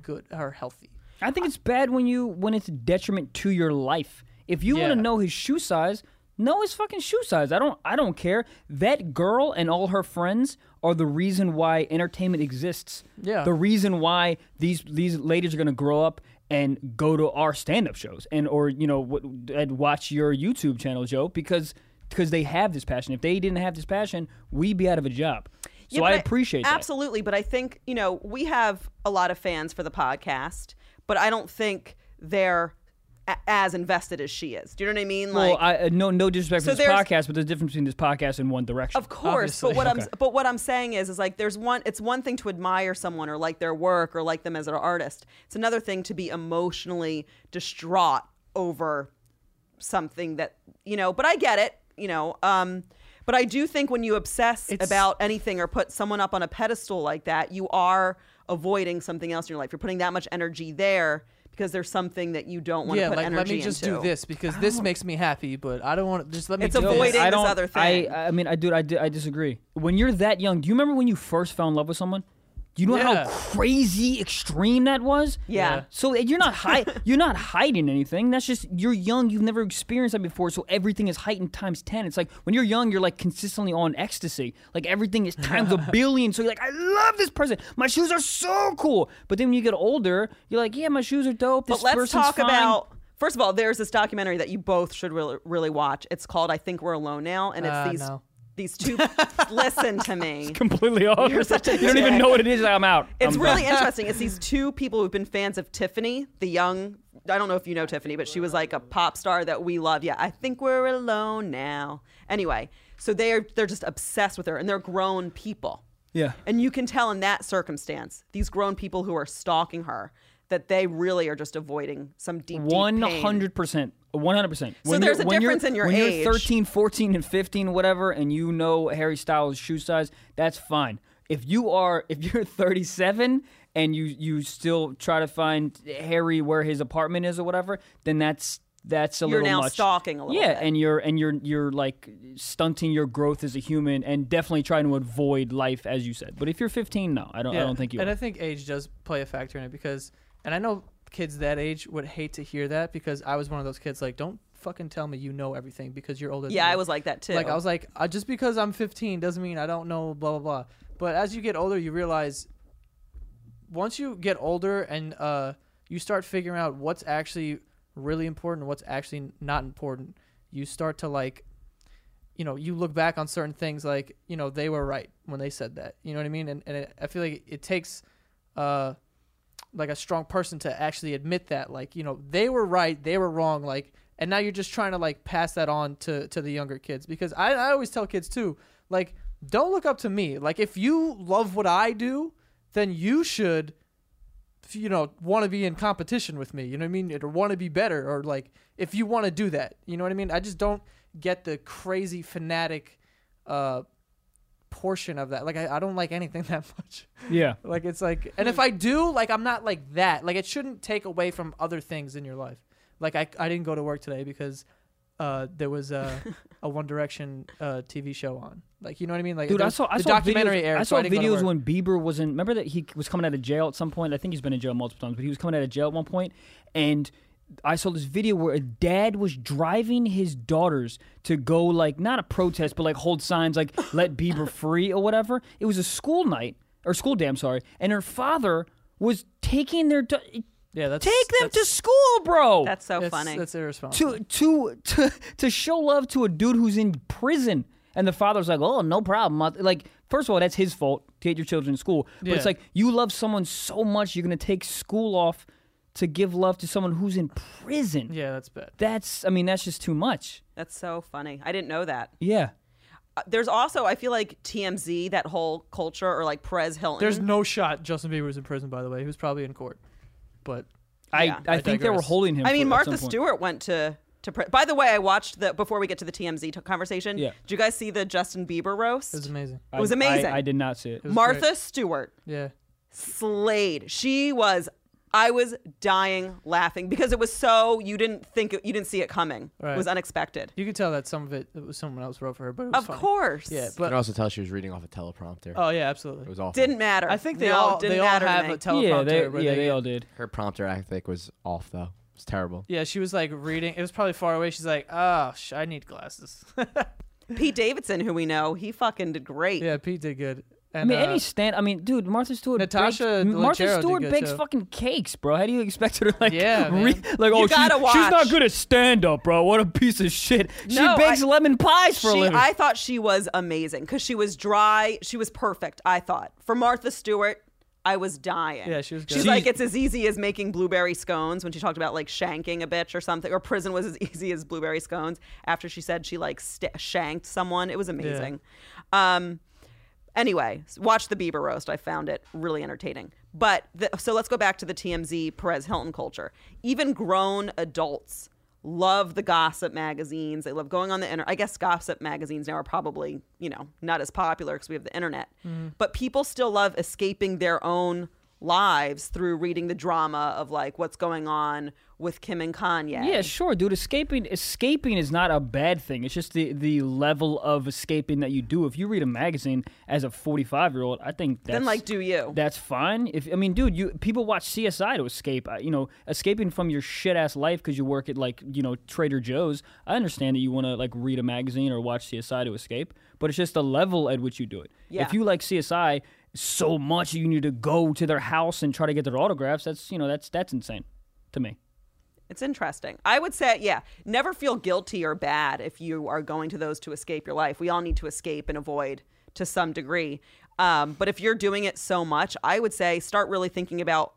C: good or healthy.
D: I think it's bad when you when it's a detriment to your life. If you want
C: Yeah.
D: to know his shoe size, know his fucking shoe size. I don't I don't care. That girl and all her friends are the reason why entertainment exists.
C: Yeah.
D: The reason why these these ladies are going to grow up and go to our stand-up shows and or you know w- and watch your YouTube channel, Joe, because because they have this passion. If they didn't have this passion, we'd be out of a job. So
B: Yeah,
D: I
B: but
D: appreciate that.
B: absolutely, but I think you know we have a lot of fans for the podcast, but I don't think they're a- as invested as she is. Do you know what I mean?
D: Well, I, uh, no, no disrespect
B: So
D: for this
B: there's-
D: podcast, but there's a difference between this podcast and One Direction.
B: Of course, but what I'm but what I'm saying is is like there's one it's one thing to admire someone or like their work or like them as an artist. It's another thing to be emotionally distraught over something that you know, but I get it, you know. Um but I do think when you obsess about anything or put someone up on a pedestal like that, you are avoiding something else in your life. You're putting that much energy there because there's something that you don't want to
C: Yeah,
B: put
C: like
B: energy
C: let me just
B: into.
C: do this because this makes me happy, but I don't want to just let me
B: It's
C: do this.
B: avoiding
D: Oh. I
B: this
D: don't,
B: other thing.
D: I, I mean, I dude, I, di- I disagree. When you're that young, do you remember when you first fell in love with someone? Do you know
C: Yeah.
D: how crazy extreme that was?
B: Yeah. Yeah.
D: So you're not hi- you're not hiding anything. That's just you're young. You've never experienced that before, so everything is heightened times ten. It's like when you're young, you're like consistently on ecstasy. Like everything is times a billion. So you're like, I love this person. My shoes are so cool. But then when you get older, you're like, yeah, my shoes are dope. This
B: but let's
D: person's
B: talk
D: fine.
B: about first of all there's this documentary that you both should really, really watch it's called i think we're alone now and it's
C: Uh,
B: these these
C: no.
B: two listen to me
D: completely off.
B: You're such a
D: You don't even
B: dick.
D: know what it is. I'm out.
B: it's
D: I'm
B: really interesting it's these two people who've been fans of tiffany the young i don't know if you know tiffany but she was like a pop star that we love yeah i think we're alone now anyway so they're they're just obsessed with her and they're grown people
D: Yeah.
B: and you can tell in that circumstance these grown people who are stalking her that they really are just avoiding some deep deep pain.
D: One hundred percent. One hundred percent. So
B: there's a difference in your
D: when
B: age.
D: you're 13, 14, and fifteen, whatever, and you know Harry Styles' shoe size, that's fine. if you are if you're 37 and you you still try to find Harry where his apartment is or whatever, then that's that's a
B: You're
D: little
B: now
D: much.
B: stalking a little
D: yeah,
B: bit.
D: and you're and you're you're like stunting your growth as a human, and definitely trying to avoid life as you said. But if you're 15, no, I don't. I don't think you.
C: And
D: are.
C: I think age does play a factor in it because, and I know kids that age would hate to hear that because I was one of those kids like, don't fucking tell me you know everything because you're older.
B: Yeah,
C: than
B: I
C: me."
B: was like that too.
C: Like I was like, I, just because I'm 15 doesn't mean I don't know blah blah blah. But as you get older, you realize once you get older and uh, you start figuring out what's actually really important, and what's actually not important, you start to like, you know, you look back on certain things like, you know, they were right when they said that. You know what I mean? And and it, I feel like it takes, uh, like a strong person to actually admit that, like, you know, they were right, they were wrong, like, and now you're just trying to like pass that on to to the younger kids because I I always tell kids too, like, don't look up to me. Like, if you love what I do, then you should if, you know want to be in competition with me you know what i mean or want to be better or like if you want to do that you know what i mean i just don't get the crazy fanatic uh portion of that like i, I don't like anything that much
D: yeah.
C: like it's like and if i do like i'm not like that like it shouldn't take away from other things in your life like i, I didn't go to work today because uh, there was a, a One Direction uh, TV show on, like you know what I mean, like
D: Dude,
C: there
D: I
C: was-
D: saw I
C: the
D: saw
C: documentary
D: videos,
C: aired,
D: I
C: so
D: saw
C: didn't go to
D: videos
C: work.
D: when Bieber was in. Remember that he was coming out of jail at some point. I think he's been in jail multiple times, but he was coming out of jail at one point, and I saw this video where a dad was driving his daughters to go like not a protest, but like hold signs like "Let Bieber free" or whatever. It was a school night or school day. I'm sorry, and her father was taking their da-
C: yeah, that's
D: take them
C: that's,
D: to school, bro.
B: That's so
C: that's,
B: funny.
C: That's irresponsible.
D: to to to to show love to a dude who's in prison and the father's like oh no problem I- like first of all that's his fault to get your children to school but it's
C: Yeah.
D: like you love someone so much you're gonna take school off to give love to someone who's in prison
C: Yeah, that's bad.
D: that's i mean that's just too much
B: That's so funny. I didn't know that.
D: yeah
B: Uh, There's also, I feel like TMZ, that whole culture, or like Perez Hilton.
C: There's no shot Justin Bieber was in prison, by the way. He was probably in court. But
D: i
B: Yeah.
D: i,
C: I
D: think they were
C: digress.
D: holding him
B: I mean,
D: for- at some
B: Martha
D: point.
B: Stewart went to to. Pre- By the way, I watched the before we get to the TMZ t- conversation.
D: Yeah.
B: Did you guys see the Justin Bieber roast?
C: it was amazing.
D: I-
B: was
D: I-
B: amazing.
D: I, did not see it
C: was
B: Martha
C: great.
B: Stewart
C: Yeah.
B: slayed. She was. I was dying laughing because it was so you didn't think it, you didn't see it coming. It
C: Right.
B: was unexpected.
C: You could tell that some of it, it was someone else wrote for her, but it was
B: Of
C: funny.
B: course.
C: Yeah,
E: You can
C: but
E: also tell she was reading off a teleprompter.
C: oh yeah,
E: It
C: absolutely.
E: was awful.
B: Didn't matter.
C: I think they
B: No,
C: all
B: didn't
C: they all
B: matter to
C: have
B: me.
C: a teleprompter.
D: yeah they,
C: where
D: yeah,
C: they
D: they
C: get-
D: all did
E: Her prompter, I think, was off though. It was terrible.
C: Yeah, she was like reading. It was probably far away. She's like, oh, sh- I need glasses.
B: Pete Davidson, who we know, he fucking did great.
C: yeah, Pete did good.
D: I
C: And,
D: mean,
C: uh,
D: any stand. I mean, dude, Martha Stewart.
C: Natasha
D: bakes, Martha
C: Leggero did
D: Stewart
C: good,
D: bakes
C: too.
D: fucking cakes, bro. How do you expect her to like?
C: Yeah,
D: re-
C: man.
D: like oh, she's,
B: gotta
D: she's
B: watch.
D: not good at stand up, bro. What a piece of shit. She
B: No,
D: bakes
B: I-
D: lemon pies for a
B: She,
D: living.
B: I thought she was amazing because she was dry. She was perfect. I thought for Martha Stewart, I was dying.
C: Yeah, she was good.
B: She's
C: She's-
B: like, it's as easy as making blueberry scones when she talked about like shanking a bitch or something, or prison was as easy as blueberry scones. After she said she like st- shanked someone, it was amazing. Um, anyway, s- watch the Bieber roast. I found it really entertaining. But the, so let's go back to the TMZ Perez Hilton culture. Even grown adults love the gossip magazines. They love going on the internet. I guess gossip magazines now are probably, you know, not as popular because we have the internet. But people still love escaping their own lives through reading the drama of like what's going on with Kim and Kanye.
D: yeah, sure, dude. Escaping, escaping is not a bad thing. It's just the the level of escaping that you do. If you read a magazine as a forty five year old, I think that's
B: Then like do you.
D: That's fine. If I mean, dude, you people watch CSI to escape. uh, You know, escaping from your shit ass life because you work at like you know Trader Joe's. I understand that you want to like read a magazine or watch CSI to escape, but it's just the level at which you do it.
B: Yeah.
D: If you like CSI so much, you need to go to their house and try to get their autographs. That's you know that's that's insane to me.
B: It's interesting. I would say, yeah, never feel guilty or bad if you are going to those to escape your life. We all need to escape and avoid to some degree. Um, but if you're doing it so much, I would say start really thinking about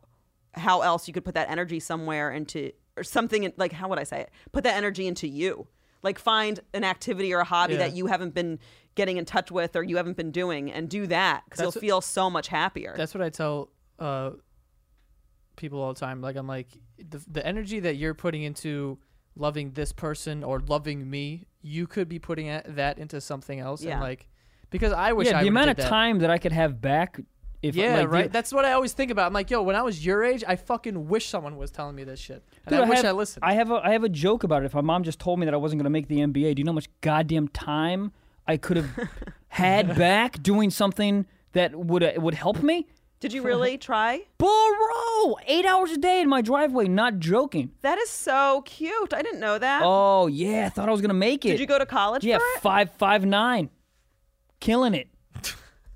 B: how else you could put that energy somewhere into or something in- like how would I say it? Put that energy into you. Like find an activity or a hobby
C: Yeah.
B: that you haven't been getting in touch with or you haven't been doing and do that because you'll
C: That's-
B: feel so much happier.
C: That's what I tell uh, people all the time. Like I'm like the the energy that you're putting into loving this person or loving me, you could be putting a- that into something else.
B: Yeah.
C: And like because I wish
D: yeah,
C: I
D: the
C: would've
D: amount of
C: did that.
D: time that I could have back. If
C: Yeah,
D: like, the-
C: right. That's what I always think about. I'm like, yo, when I was your age, I fucking wish someone was telling me this shit. And
D: Dude,
C: I, wish
D: have,
C: I listened.
D: I have a I have a joke about it. If my mom just told me that I wasn't gonna make the NBA, do you know how much goddamn time I could have had back doing something that would uh, would help me?
B: Did you really try?
D: Bro, eight hours a day in my driveway. Not joking.
B: That is so cute. I didn't know that.
D: Oh yeah, I thought I was gonna make it.
B: Did you go to college
D: Yeah,
B: for it?
D: five five nine, killing it.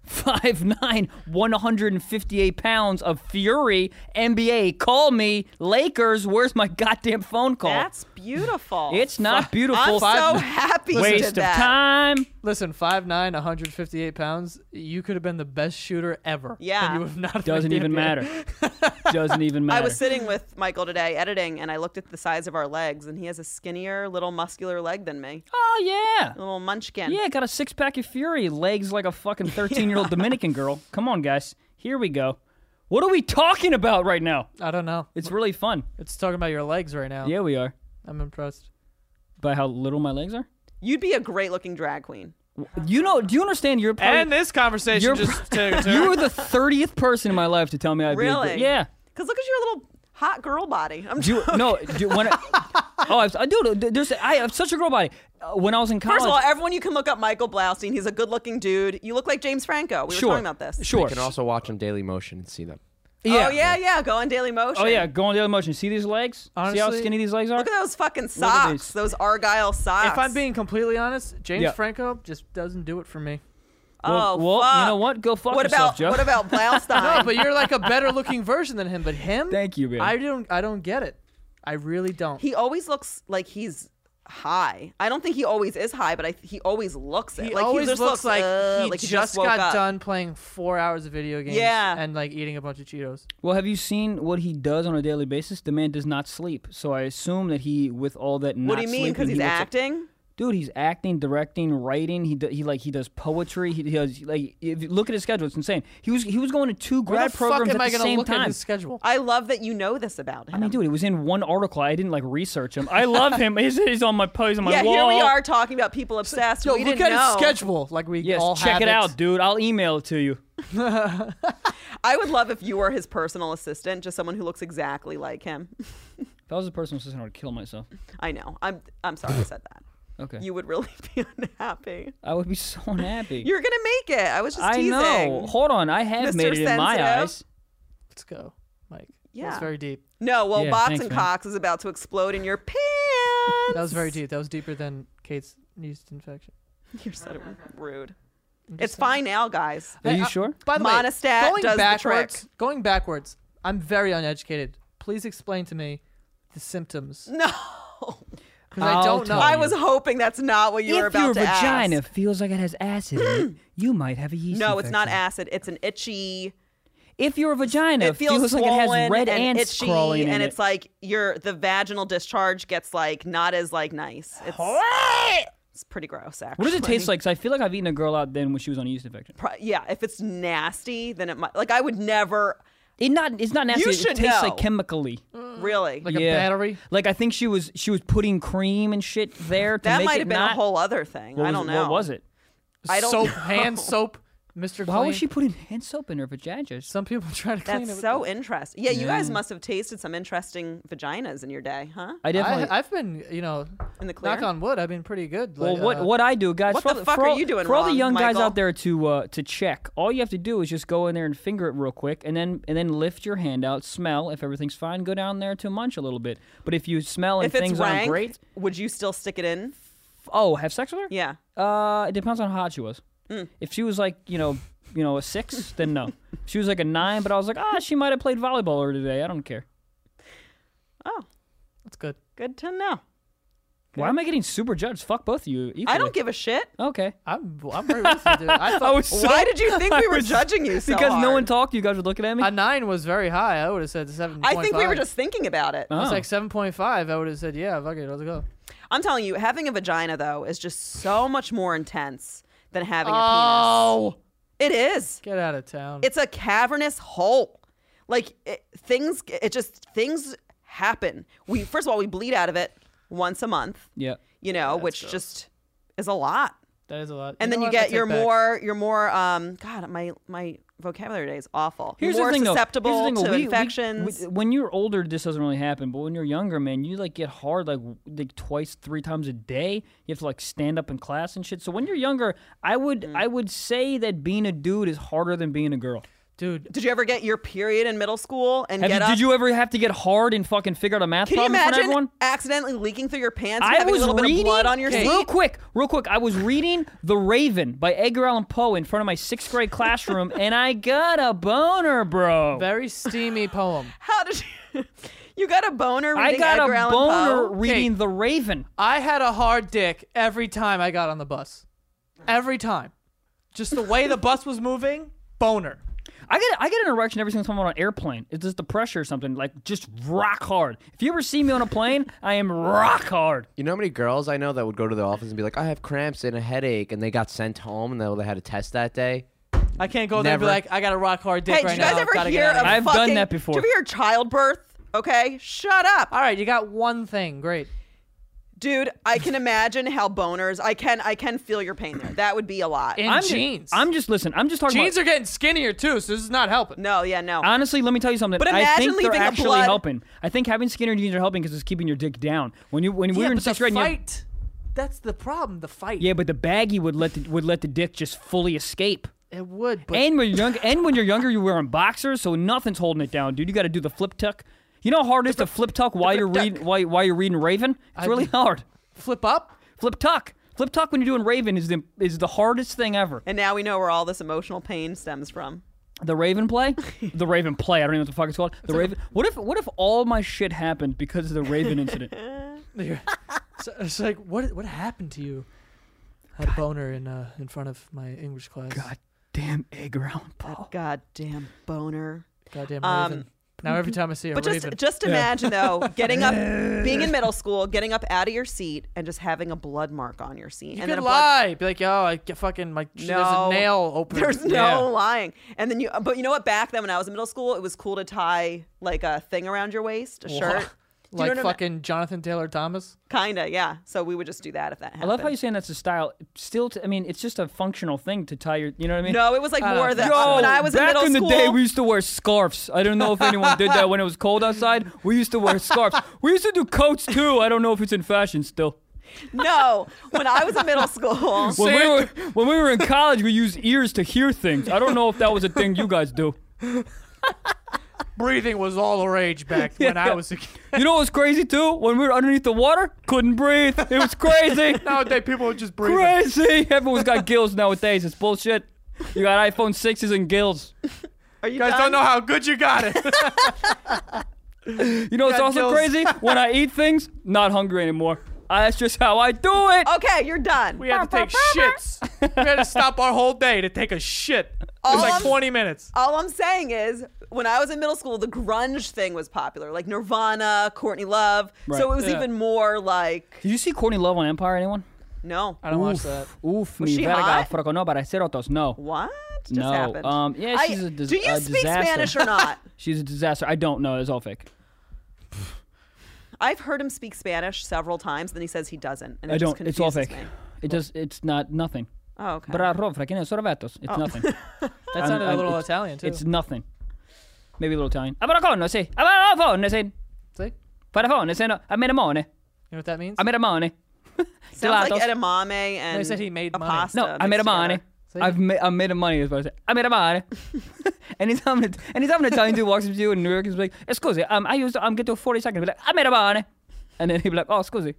D: Five nine, one hundred and fifty eight pounds of fury. NBA, call me Lakers. Where's my goddamn phone call?
B: That's beautiful.
D: it's not
B: I'm
D: beautiful.
B: so happy you
D: waste
B: did
D: of
B: that.
D: time.
C: Listen, 5'9", 158 pounds, you could have been the best shooter ever.
B: Yeah.
C: And you have not
D: Doesn't
C: made the NBA.
D: even matter. Doesn't even matter.
B: I was sitting with Michael today editing, and I looked at the size of our legs, and he has a skinnier, little muscular leg than me.
D: oh yeah.
B: A little munchkin.
D: Yeah, got a six pack of fury, legs like a fucking 13 year old Dominican girl. Come on, guys. Here we go. What are we talking about right now?
B: Uh,
C: I don't know.
D: It's really fun.
C: It's talking about your legs right now.
D: Yeah, we are.
C: I'm impressed.
D: By how little my legs are?
B: You'd be a great looking drag queen.
D: You know, do you understand? You're probably,
C: And this conversation
D: You're
C: just took a turn.
D: you were the 30th person in my life to tell me I'd be. a
B: Really?
D: gr- Yeah.
B: Because look at your little hot girl body. I'm
D: Do you, no, do, when I, oh, I, was- I do. There's, I have such a girl body. Uh, when I was in college,
B: First of all, everyone, you can look up Michael Blaustein. He's a good looking dude. You look like James Franco. We were
D: sure,
B: talking about this.
D: Sure.
E: You can also watch on Daily Motion and see them.
D: yeah.
B: Oh, yeah, yeah. Go on Daily Motion.
D: Oh yeah, go on the other motion. See these legs? See how
C: Honestly-
D: skinny these legs are?
B: Look at those fucking
D: at
B: socks.
D: these.
B: Those Argyle socks.
C: if I'm being completely honest, James
D: Yeah.
C: Franco just doesn't do it for me.
B: Oh,
D: well,
B: fuck.
D: you know what? Go fuck
B: What
D: yourself,
B: about,
D: Joe.
B: what about Blaustein?
C: No, but you're like a better looking version than him. But him,
D: Thank you, man.
C: I don't, I don't get it. I really don't.
B: he always looks like he's high. I don't think he always is high, but I, he always looks it.
C: He
B: like,
C: always
B: he just
C: looks, like,
B: uh,
C: he
B: like
C: just,
B: woke
C: got
B: up.
C: done playing four hours of video games
B: Yeah.
C: and like eating a bunch of Cheetos.
D: Well, have you seen what he does on a daily basis? The man does not sleep, so I assume that he, with all that not
B: What do you mean?
D: sleeping,
B: Because
D: he
B: he's
D: looks like-
B: acting.
D: dude, he's acting, directing, writing. He do, he like he does poetry. He does like if you look at his schedule, it's insane. He was he was going to two
C: Where
D: grad
C: the fuck
D: programs
C: am
D: at
C: I
D: the
C: gonna
D: same
C: look
D: time.
C: at his schedule?
B: I love that you know this about him.
D: I mean, dude, it was in one article. I didn't like research him. I love him. He's, he's on my post on my
B: yeah,
D: wall.
B: here we are talking about people obsessed.
C: Yo,
B: we
C: look
B: didn't
C: at
B: know.
C: his schedule. Like we
D: Yes,
C: all
D: check
C: have
D: it out, dude. I'll email it to you.
B: I would love if you were his personal assistant, just someone who looks exactly like him.
D: If I was a personal assistant, I would kill myself.
B: I know. I'm I'm sorry I said that.
D: Okay,
B: You would really be unhappy.
D: I would be so unhappy.
B: You're gonna make it. I was just
D: I
B: teasing.
D: know. Hold on, I
B: Mr.
D: have made it in my
B: Sensitive.
D: eyes.
C: Let's go, Mike. Yeah,
B: Yeah.
C: that's very deep.
B: No, well,
D: Yeah,
B: Box
D: thanks,
B: and
D: man.
B: Cox is about to explode in your pants.
C: That was very deep. That was deeper than Kate's yeast infection.
B: You're so rude. It's fine now, guys.
D: Are
C: Hey,
D: you
C: I-
D: sure?
C: Uh, By the way,
B: Monistat
C: going
B: does the
C: backwards, Going backwards, I'm very uneducated. Please explain to me the symptoms.
B: No,
C: Because I
D: I'll
C: don't know.
D: tell
B: I
D: you.
B: was hoping that's not what you were
D: if
B: about
D: your
B: to
D: vagina
B: ask.
D: feels like it has acid in it, you might have a yeast
B: No, it's not
D: infection.
B: acid. It's an itchy.
D: If your vagina
B: It feels,
D: like it has
B: swollen
D: red
B: and
D: ants
B: itchy,
D: crawling in
B: and
D: it.
B: it's like your the vaginal discharge gets like not as like nice. It's, it's pretty gross. Actually,
D: what does it taste like? 'Cause I feel like I've eaten a girl out then when she was on a yeast infection.
B: Pro- yeah, if it's nasty, then it might. Like I would never
D: It not, it's not nasty. it
B: should
D: tastes like
B: know.
D: chemically.
C: Mm.
B: really.
C: like
D: yeah.
C: a battery.
D: Like I think she was she was putting cream and shit there to
B: that
D: make
B: might
D: it
B: have been
D: not,
B: a whole other thing.
D: what
B: I
D: was-
B: don't know.
D: What was it?
B: I don't
C: soap,
B: know.
C: hand soap, Mr.
D: Why
C: Clean.
D: was she putting hand soap in her vagina?
C: Some people try to clean
B: That's
C: it.
B: so interesting. Yeah, you guys must have tasted some interesting vaginas in your day, huh?
D: I
C: with-
D: definitely.
C: I, I've been, you know,
B: In the clear.
C: knock on wood. I've been pretty good.
D: well,
C: like,
D: what
C: uh,
D: what I do, guys?
B: What
D: for
B: the
D: all
B: fuck
D: for
B: are
D: all-
B: you doing
D: For all the
B: wrong,
D: young guys
B: Michael?
D: out there to uh, to check, all you have to do is just go in there and finger it real quick, and then and then lift your hand out, smell. If everything's fine, go down there to munch a little bit. But if you smell
B: if
D: and things
B: it's rank,
D: aren't great,
B: would you still stick it in?
D: f- oh, have sex with her?
B: Yeah. Mm.
D: Uh, it depends on how hot she was. If she was like you know you know a six, then no. If she was like a nine, but I was like ah, she might have played volleyball earlier today. I don't care.
B: Oh,
C: That's good.
B: good to know.
D: Why am I getting super judged? Fuck both of you. Equally.
B: I don't give a shit.
D: Okay.
C: I'm, I'm very with you, dude. I thought
D: was so-
B: Why did you think we
D: I
B: were
D: was-
B: judging you so
D: because no
B: hard?
D: one talked. You guys were looking at me.
C: a nine was very high. I would have said seven.
B: I think we were just thinking about it.
D: Oh.
C: It's like seven point five. I would have said, yeah, fuck it, let's go.
B: I'm telling you, having a vagina though is just so much more intense than having
C: Oh,
B: a penis. It is.
C: get out of town.
B: It's a cavernous hole. Like it, things, it just things happen. We first of all we bleed out of it once a month.
D: yeah.
B: You know, which just is a lot.
C: That is a lot.
B: and
C: know
B: then you
C: what?
B: get
C: I'll
B: your
C: take back.
B: more your more um god my my vocabulary today is awful
D: Here's
B: more
D: the thing, though. Here's the
B: susceptible
D: thing, though.
B: to
D: We- we-
B: infections
D: we- when you're older, this doesn't really happen. But when you're younger, man, you like get hard like w- like twice, three times a day. You have to like stand up in class and shit. So when you're younger, I would
B: Mm.
D: I would say that being a dude is harder than being a girl.
C: dude.
B: did you ever get your period in middle school and
D: Have
B: get
D: you,
B: up
D: did you ever have to get hard and fucking figure out a math
B: can you
D: problem in front of
B: imagine
D: everyone?
B: accidentally leaking through your pants and
D: I
B: having
D: was
B: a little
D: reading
B: bit of blood on your
D: Okay.
B: seat
D: real quick, real quick. I was reading The Raven by Edgar Allan Poe in front of my sixth grade classroom, and I got a boner, bro.
C: Very steamy poem.
B: how did you you got a boner
D: I
B: reading
D: got
B: Edgar
D: a
B: Allan
D: boner
B: Poe?
D: reading The Raven.
C: I had a hard dick every time I got on the bus. Every time. Just the way the bus was moving, boner.
D: I get I get an erection every single time I'm on an airplane. It's just the pressure or something. Like just rock hard. If you ever see me on a plane, I am rock hard.
E: You know how many girls I know that would go to the office and be like, I have cramps and a headache, and they got sent home and they they had a test that day?
C: I can't go there and be
E: Never.
C: like, I got a rock hard dick
B: hey
C: right
B: did you guys
C: now.
B: ever
C: gotta get
B: hear
C: out of
B: of
C: here.
D: I've done
B: fucking-
D: that before.
B: did you ever hear childbirth okay shut up
C: All right, you got one thing. Great.
B: dude i can imagine how boners i can i can feel your pain there that would be a lot
C: In
D: I'm
C: jeans.
D: Just, I'm just listen. I'm just talking
C: jeans
D: about.
C: are getting skinnier too, so this is not helping.
B: no yeah no
D: Honestly, let me tell you something.
B: But
D: I
B: imagine
D: think they're
B: leaving a
D: actually
B: blood-
D: helping. I think having skinnier jeans are helping because it's keeping your dick down. When you when we
C: yeah,
D: were in
C: but
D: sixth
C: the
D: grade, and you had-
C: fight. That's the problem. The fight.
D: yeah, but the baggy would let the, would let the dick just fully escape.
C: It would. But
D: and when you're young, and when you're younger, you're wearing boxers, so nothing's holding it down, dude. You got to do the flip tuck. You know how hard it is to flip tuck while you're reading while, while you're reading Raven.
C: I
D: It's really
C: do.
D: hard.
C: flip up.
D: Flip tuck. Flip tuck when you're doing Raven is the is the hardest thing ever.
B: and now we know where all this emotional pain stems from
D: The Raven play, the Raven play. I don't even know what the fuck it's called. The Raven. What if what if all my shit happened because of the Raven incident?
C: You're- so- it's like, what what happened to you? I had a boner in uh, in front of my English class.
D: God damn Edgar Allan Poe.
B: god damn boner
C: Goddamn
B: Um,
C: raven. now every time I see a
B: But
C: raven,
B: just just imagine though, getting up, being in middle school, getting up out of your seat, and just having a blood mark on your seat.
C: You
B: and
C: could
B: a blood-
C: lie. Be like, yo, I get fucking my sh-
B: No.
C: there's a nail open.
B: There's no
C: Yeah.
B: lying. And then you, but you know what? Back then, when I was in middle school, it was cool to tie like a thing around your waist, a shirt. Do you know
C: Like
B: what I mean?
C: fucking Jonathan Taylor Thomas.
B: kinda, yeah. So we would just do that if that
D: I
B: happened.
D: love how you're saying that's a style. Still, t I I mean, it's just a functional thing to tie your. You know what I mean?
B: No, it was like
C: I
B: more
C: don't
B: that
C: think so.
B: when I was in
D: back
B: middle
D: in the
B: school.
D: day, we used to wear scarves. I don't know if anyone did that when it was cold outside. We used to wear scarves. We used to do coats too. I don't know if it's in fashion still.
B: no, when I was in middle school,
D: When we were when we were in college, we used ears to hear things. I don't know if that was a thing you guys do.
C: Breathing was all the rage back when I was a kid.
D: You know what's crazy too? When we were underneath the water, couldn't breathe. It was crazy.
C: Nowadays, people would just breathe.
D: crazy. Everyone's got gills nowadays. It's bullshit. You got iPhone sixes and gills.
B: are you
C: guys
B: done?
C: don't know how good you got it.
D: You know what's
C: Got
D: also
C: gills.
D: crazy? When I eat things, not hungry anymore. Ah, That's just how I do
C: Oh.
D: it.
B: Okay, you're done.
C: we had to take shits. We had to stop our whole day to take a shit. It was like
B: Um,
C: 20 minutes.
B: All I'm saying is, when I was in middle school, the grunge thing was popular, like Nirvana, Courtney Love. So
D: Right.
B: it was
C: Yeah.
B: even more like
D: Did you see Courtney Love on Empire? Anyone?
B: no,
C: I don't watch
D: Oof,
C: that.
D: Oof, mi
B: she
D: verga,
B: hot?
D: froco, no, para cerotos, no.
B: what just
D: No,
B: happened?
D: um, yeah,
B: I-
D: she's a dis-
B: do you
D: a
B: speak
D: disaster.
B: Spanish or not?
D: She's a disaster. I don't know. It's all fake.
B: I've heard him speak Spanish several times, then he says he doesn't, and it
D: I
B: just
D: don't. It's all
B: confuses
D: fake.
B: me.
D: It does. It's not nothing.
B: Oh, okay.
D: Para ro, fraquino, sorbetos. It's nothing. That
C: That sounded a little Italian, too.
D: It's nothing. Maybe a little Italian. Abaracon, say. Abaracon, say.
C: See? You
D: Parafone, say. Amenamone.
C: know what that means?
D: Amenamone.
B: Sounds like
D: gelatos.
B: edamame and
C: said he made
B: a
C: money.
B: pasta.
D: No,
B: mixed
D: I made a money.
B: together.
C: See?
D: I've made, I made a money is what I say. I made a money. anytime, an- anytime an Italian dude walks up to you in New York, he's like, "Excuse me, um, I used to, um, get to forty seconds." Be like, "I made a money," and then he'd be like, "Oh, excuse me,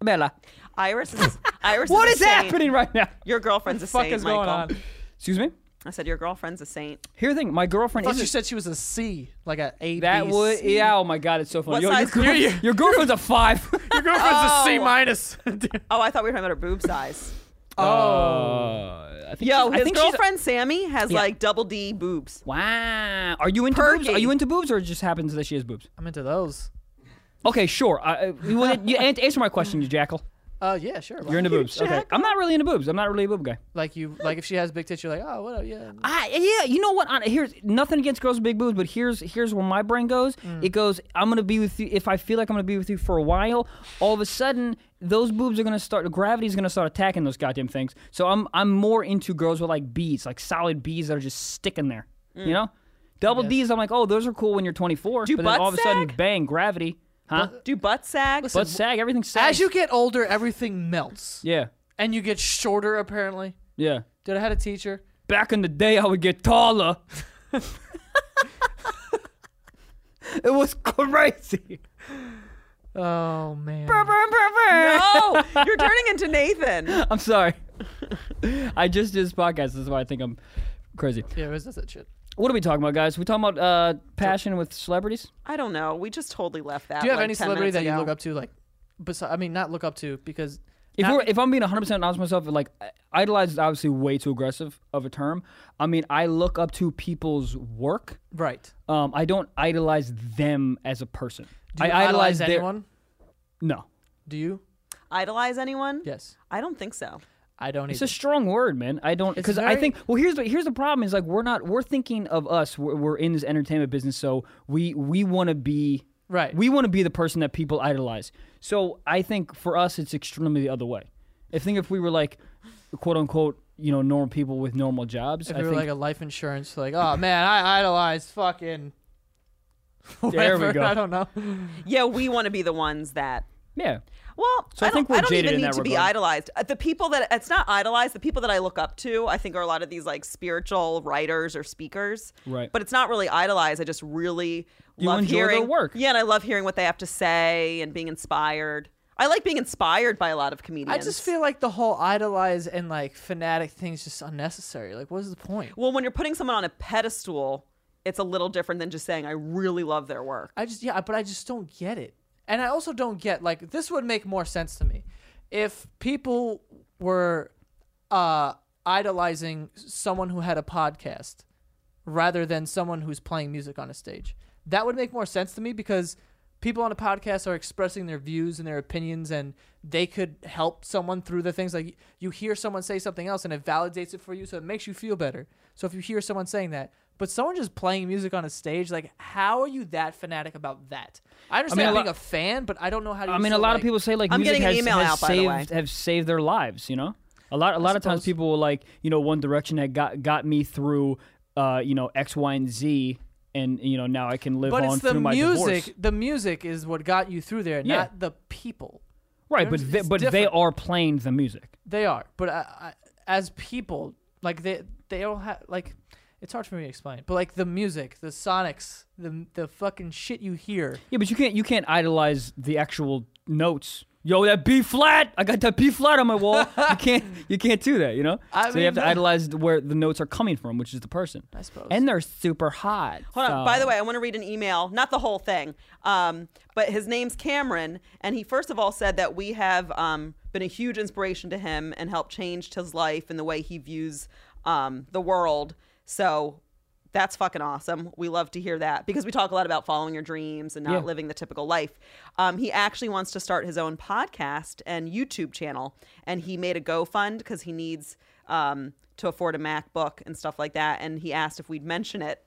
D: bella."
B: Iris is Iris.
D: What
B: is,
D: is
B: a saint.
D: happening right now?
B: Your girlfriend's a
C: fuck
B: saint,
C: is going
B: Michael.
C: on?
D: Excuse me.
B: I said your girlfriend's a saint.
D: Here's the thing, my girlfriend
C: Thought you
D: is.
C: said she was a C, like a A.
D: That
C: B,
D: would,
C: C.
D: yeah. Oh my God, it's so funny.
B: What
D: Yo, your,
B: size-
D: girl-
C: You- you-
D: your girlfriend's a five.
C: Your girlfriend's a C
B: Oh.
C: minus.
B: Oh, I thought we were talking about her boob size.
D: Oh. Uh, I think
B: Yo,
D: she's- I
B: his
D: think she's-
B: girlfriend Sammy has
D: Yeah.
B: like double D boobs.
D: Wow. Are you into boobs? Are
B: Perky.
D: you into boobs, or it just happens that she has boobs?
C: I'm into those.
D: Okay, sure. I, I- you, want- you an- answer my question, you jackal.
C: Uh, yeah, sure.
D: You're into boobs. Okay. I'm not really into boobs. I'm not really a boob guy.
C: like you, like if she has big tits, you're like, oh, what? Yeah.
D: I, yeah, you know what? hon- Here's nothing against girls with big boobs, but here's here's where my
B: Mm.
D: brain goes. It goes, I'm gonna be with you if I feel like I'm gonna be with you for a while. All of a sudden, those boobs are gonna start. Gravity's gonna start attacking those goddamn things. So I'm I'm more into girls with like beads, like solid beads that are just sticking there. You know, double D's. I'm like, oh, those are cool when you're 24.
B: Mm. Do
D: but then all of
B: butts
D: a sudden,
B: sag?
D: bang, gravity, huh?
B: Do butt sag?
D: Butt sag, everything sags.
C: As you get older, everything melts.
D: yeah,
C: And you get shorter, apparently.
D: yeah.
C: Dude, I had a teacher.
D: Back in the day, I would get taller. it was crazy.
C: Oh, man.
B: no, you're turning into Nathan.
D: I'm sorry. I just did this podcast. This is why I think I'm crazy.
C: Yeah, where's that shit?
D: What are we talking about, guys? We talking about uh, passion with celebrities?
B: I don't know. We just totally left that.
C: Do you have
B: like
C: any
B: 10
C: celebrity
B: minutes
C: that you
B: ago.
C: look up to? Like, besi- I mean, not look up to because.
D: If,
C: Not-
D: we're, if I'm being 100 percent honest with myself, like idolized is obviously way too aggressive of a term. I mean, I look up to people's work.
C: Right.
D: Um, I don't idolize them as a person.
C: Do you
D: I
C: idolize
D: their-
C: anyone?
D: No,
C: Do you?
B: Idolize anyone?
C: Yes.
B: I don't think so.
C: I don't
D: it's
C: either.
D: a strong word, man. I don't
C: It's
D: because I
C: very-
D: think well here's the here's the problem is like we're not we're thinking of us. We're, we're in this entertainment business, so we we want to be
C: Right.
D: We want to be the person that people idolize. So I think for us, it's extremely the other way. I think if we were like, quote unquote, you know, normal people with normal jobs,
C: if
D: I
C: you were
D: think
C: like a life insurance, like, oh man, I idolize fucking.
D: There we
C: whatever,
D: go.
C: I don't know.
B: Yeah, we want to be the ones that.
D: yeah,
B: Well,
D: So I
B: I, don't,
D: think we're
B: I don't
D: jaded
B: even
D: in
B: need
D: that
B: to be
D: regard.
B: idolized. Uh, The people that it's not idolized. The people that I look up to, I think, are a lot of these like spiritual writers or speakers.
D: Right.
B: But it's not really idolized. I just really
D: You
B: love
D: enjoy their
B: hearing
D: work.
B: Yeah, and I love hearing what they have to say and being inspired. I like being inspired by a lot of comedians.
C: I just feel like the whole idolize and like fanatic thing's just unnecessary. Like, what is the point?
B: well when you're putting someone on a pedestal, it's a little different than just saying I really love their work.
C: I just yeah, but I just don't get it. And I also don't get like this would make more sense to me if people were uh idolizing someone who had a podcast rather than someone who's playing music on a stage. That would make more sense to me because people on a podcast are expressing their views and their opinions and they could help someone through the things like you hear someone say something else and it validates it for you so it makes you feel better. So if you hear someone saying that, but someone just playing music on a stage, like how are you that fanatic about that? I understand
D: a
C: being
D: lot-
C: a fan, but I don't know how to
D: I mean, a lot of people say like
B: I'm
D: music
B: getting an
D: has,
B: email
D: has
B: out, by the
D: saved
B: way.
D: have saved their lives. You know, a lot a lot of times
C: suppose.
D: people will like you know One Direction had got got me through uh, you know X Y and Z, and you know now I can live
C: but
D: on
C: it's the
D: through my
C: music.
D: divorce.
C: The music is what got you through there,
D: Yeah.
C: not the people.
D: Right, but
C: It's
D: they, but they
C: different.
D: are playing the music.
C: They are, but I, I, as people, like they they all have like. It's hard for me to explain, but like the music, the sonics, the the fucking shit you hear.
D: Yeah, but you can't you can't idolize the actual notes. Yo, that B flat! I got that B flat on my wall. you can't you can't do that, you know.
C: I
D: so you have
C: mean,
D: to idolize where the notes are coming from, which is the person. I
C: suppose.
D: And they're super hot.
B: Hold on.
D: so-
B: By the way, I want to read an email, not the whole thing, um, but his name's Cameron, and he first of all said that we have um, been a huge inspiration to him and helped change his life and the way he views um, the world. So that's fucking awesome. We love to hear that because we talk a lot about following your dreams and not
D: Yeah.
B: living the typical life. Um, he actually wants to start his own podcast and YouTube channel, and he made a GoFund because he needs um, to afford a MacBook and stuff like that. And he asked if we'd mention it,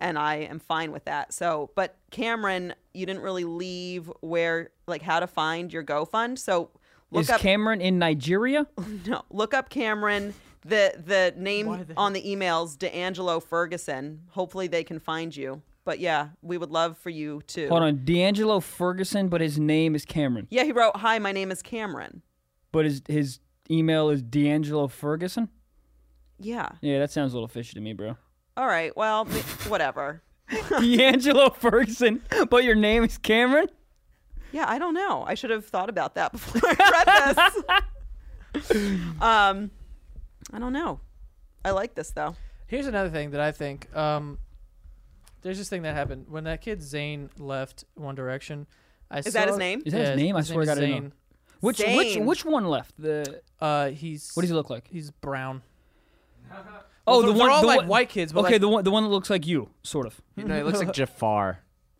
B: and I am fine with that. So, but Cameron, you didn't really leave where like how to find your GoFund. So look
D: is
B: up
D: Cameron in Nigeria?
B: no, look up Cameron. The the name
C: the
B: on the emails D'Angelo Ferguson. Hopefully they can find you. But yeah, we would love for you to.
D: Hold on, D'Angelo Ferguson, but his name is Cameron.
B: Yeah, he wrote, "Hi, my name is Cameron."
D: But his his email is D'Angelo Ferguson.
B: Yeah.
D: Yeah, that sounds a little fishy to me, bro.
B: All right. Well, m- whatever.
D: D'Angelo Ferguson, but your name is Cameron.
B: Yeah, I don't know. I should have thought about that before I read this. um, I don't know. I like this though.
C: Here's another thing that I think. Um, there's this thing that happened when that kid Zayn left One Direction. I
B: Is that his name?
D: Is that his name? I swear I
C: got
D: gotta know. Which which
B: Zane.
D: which one left? The
C: Uh, he's
D: what does he look like?
C: He's brown.
D: Oh,
C: Well,
D: the
C: they're-
D: one
C: they're all
D: the
C: like
D: one-
C: white kids, but
D: okay,
C: like-
D: the one the one that looks like you, sort of.
E: You know, it looks like Jafar.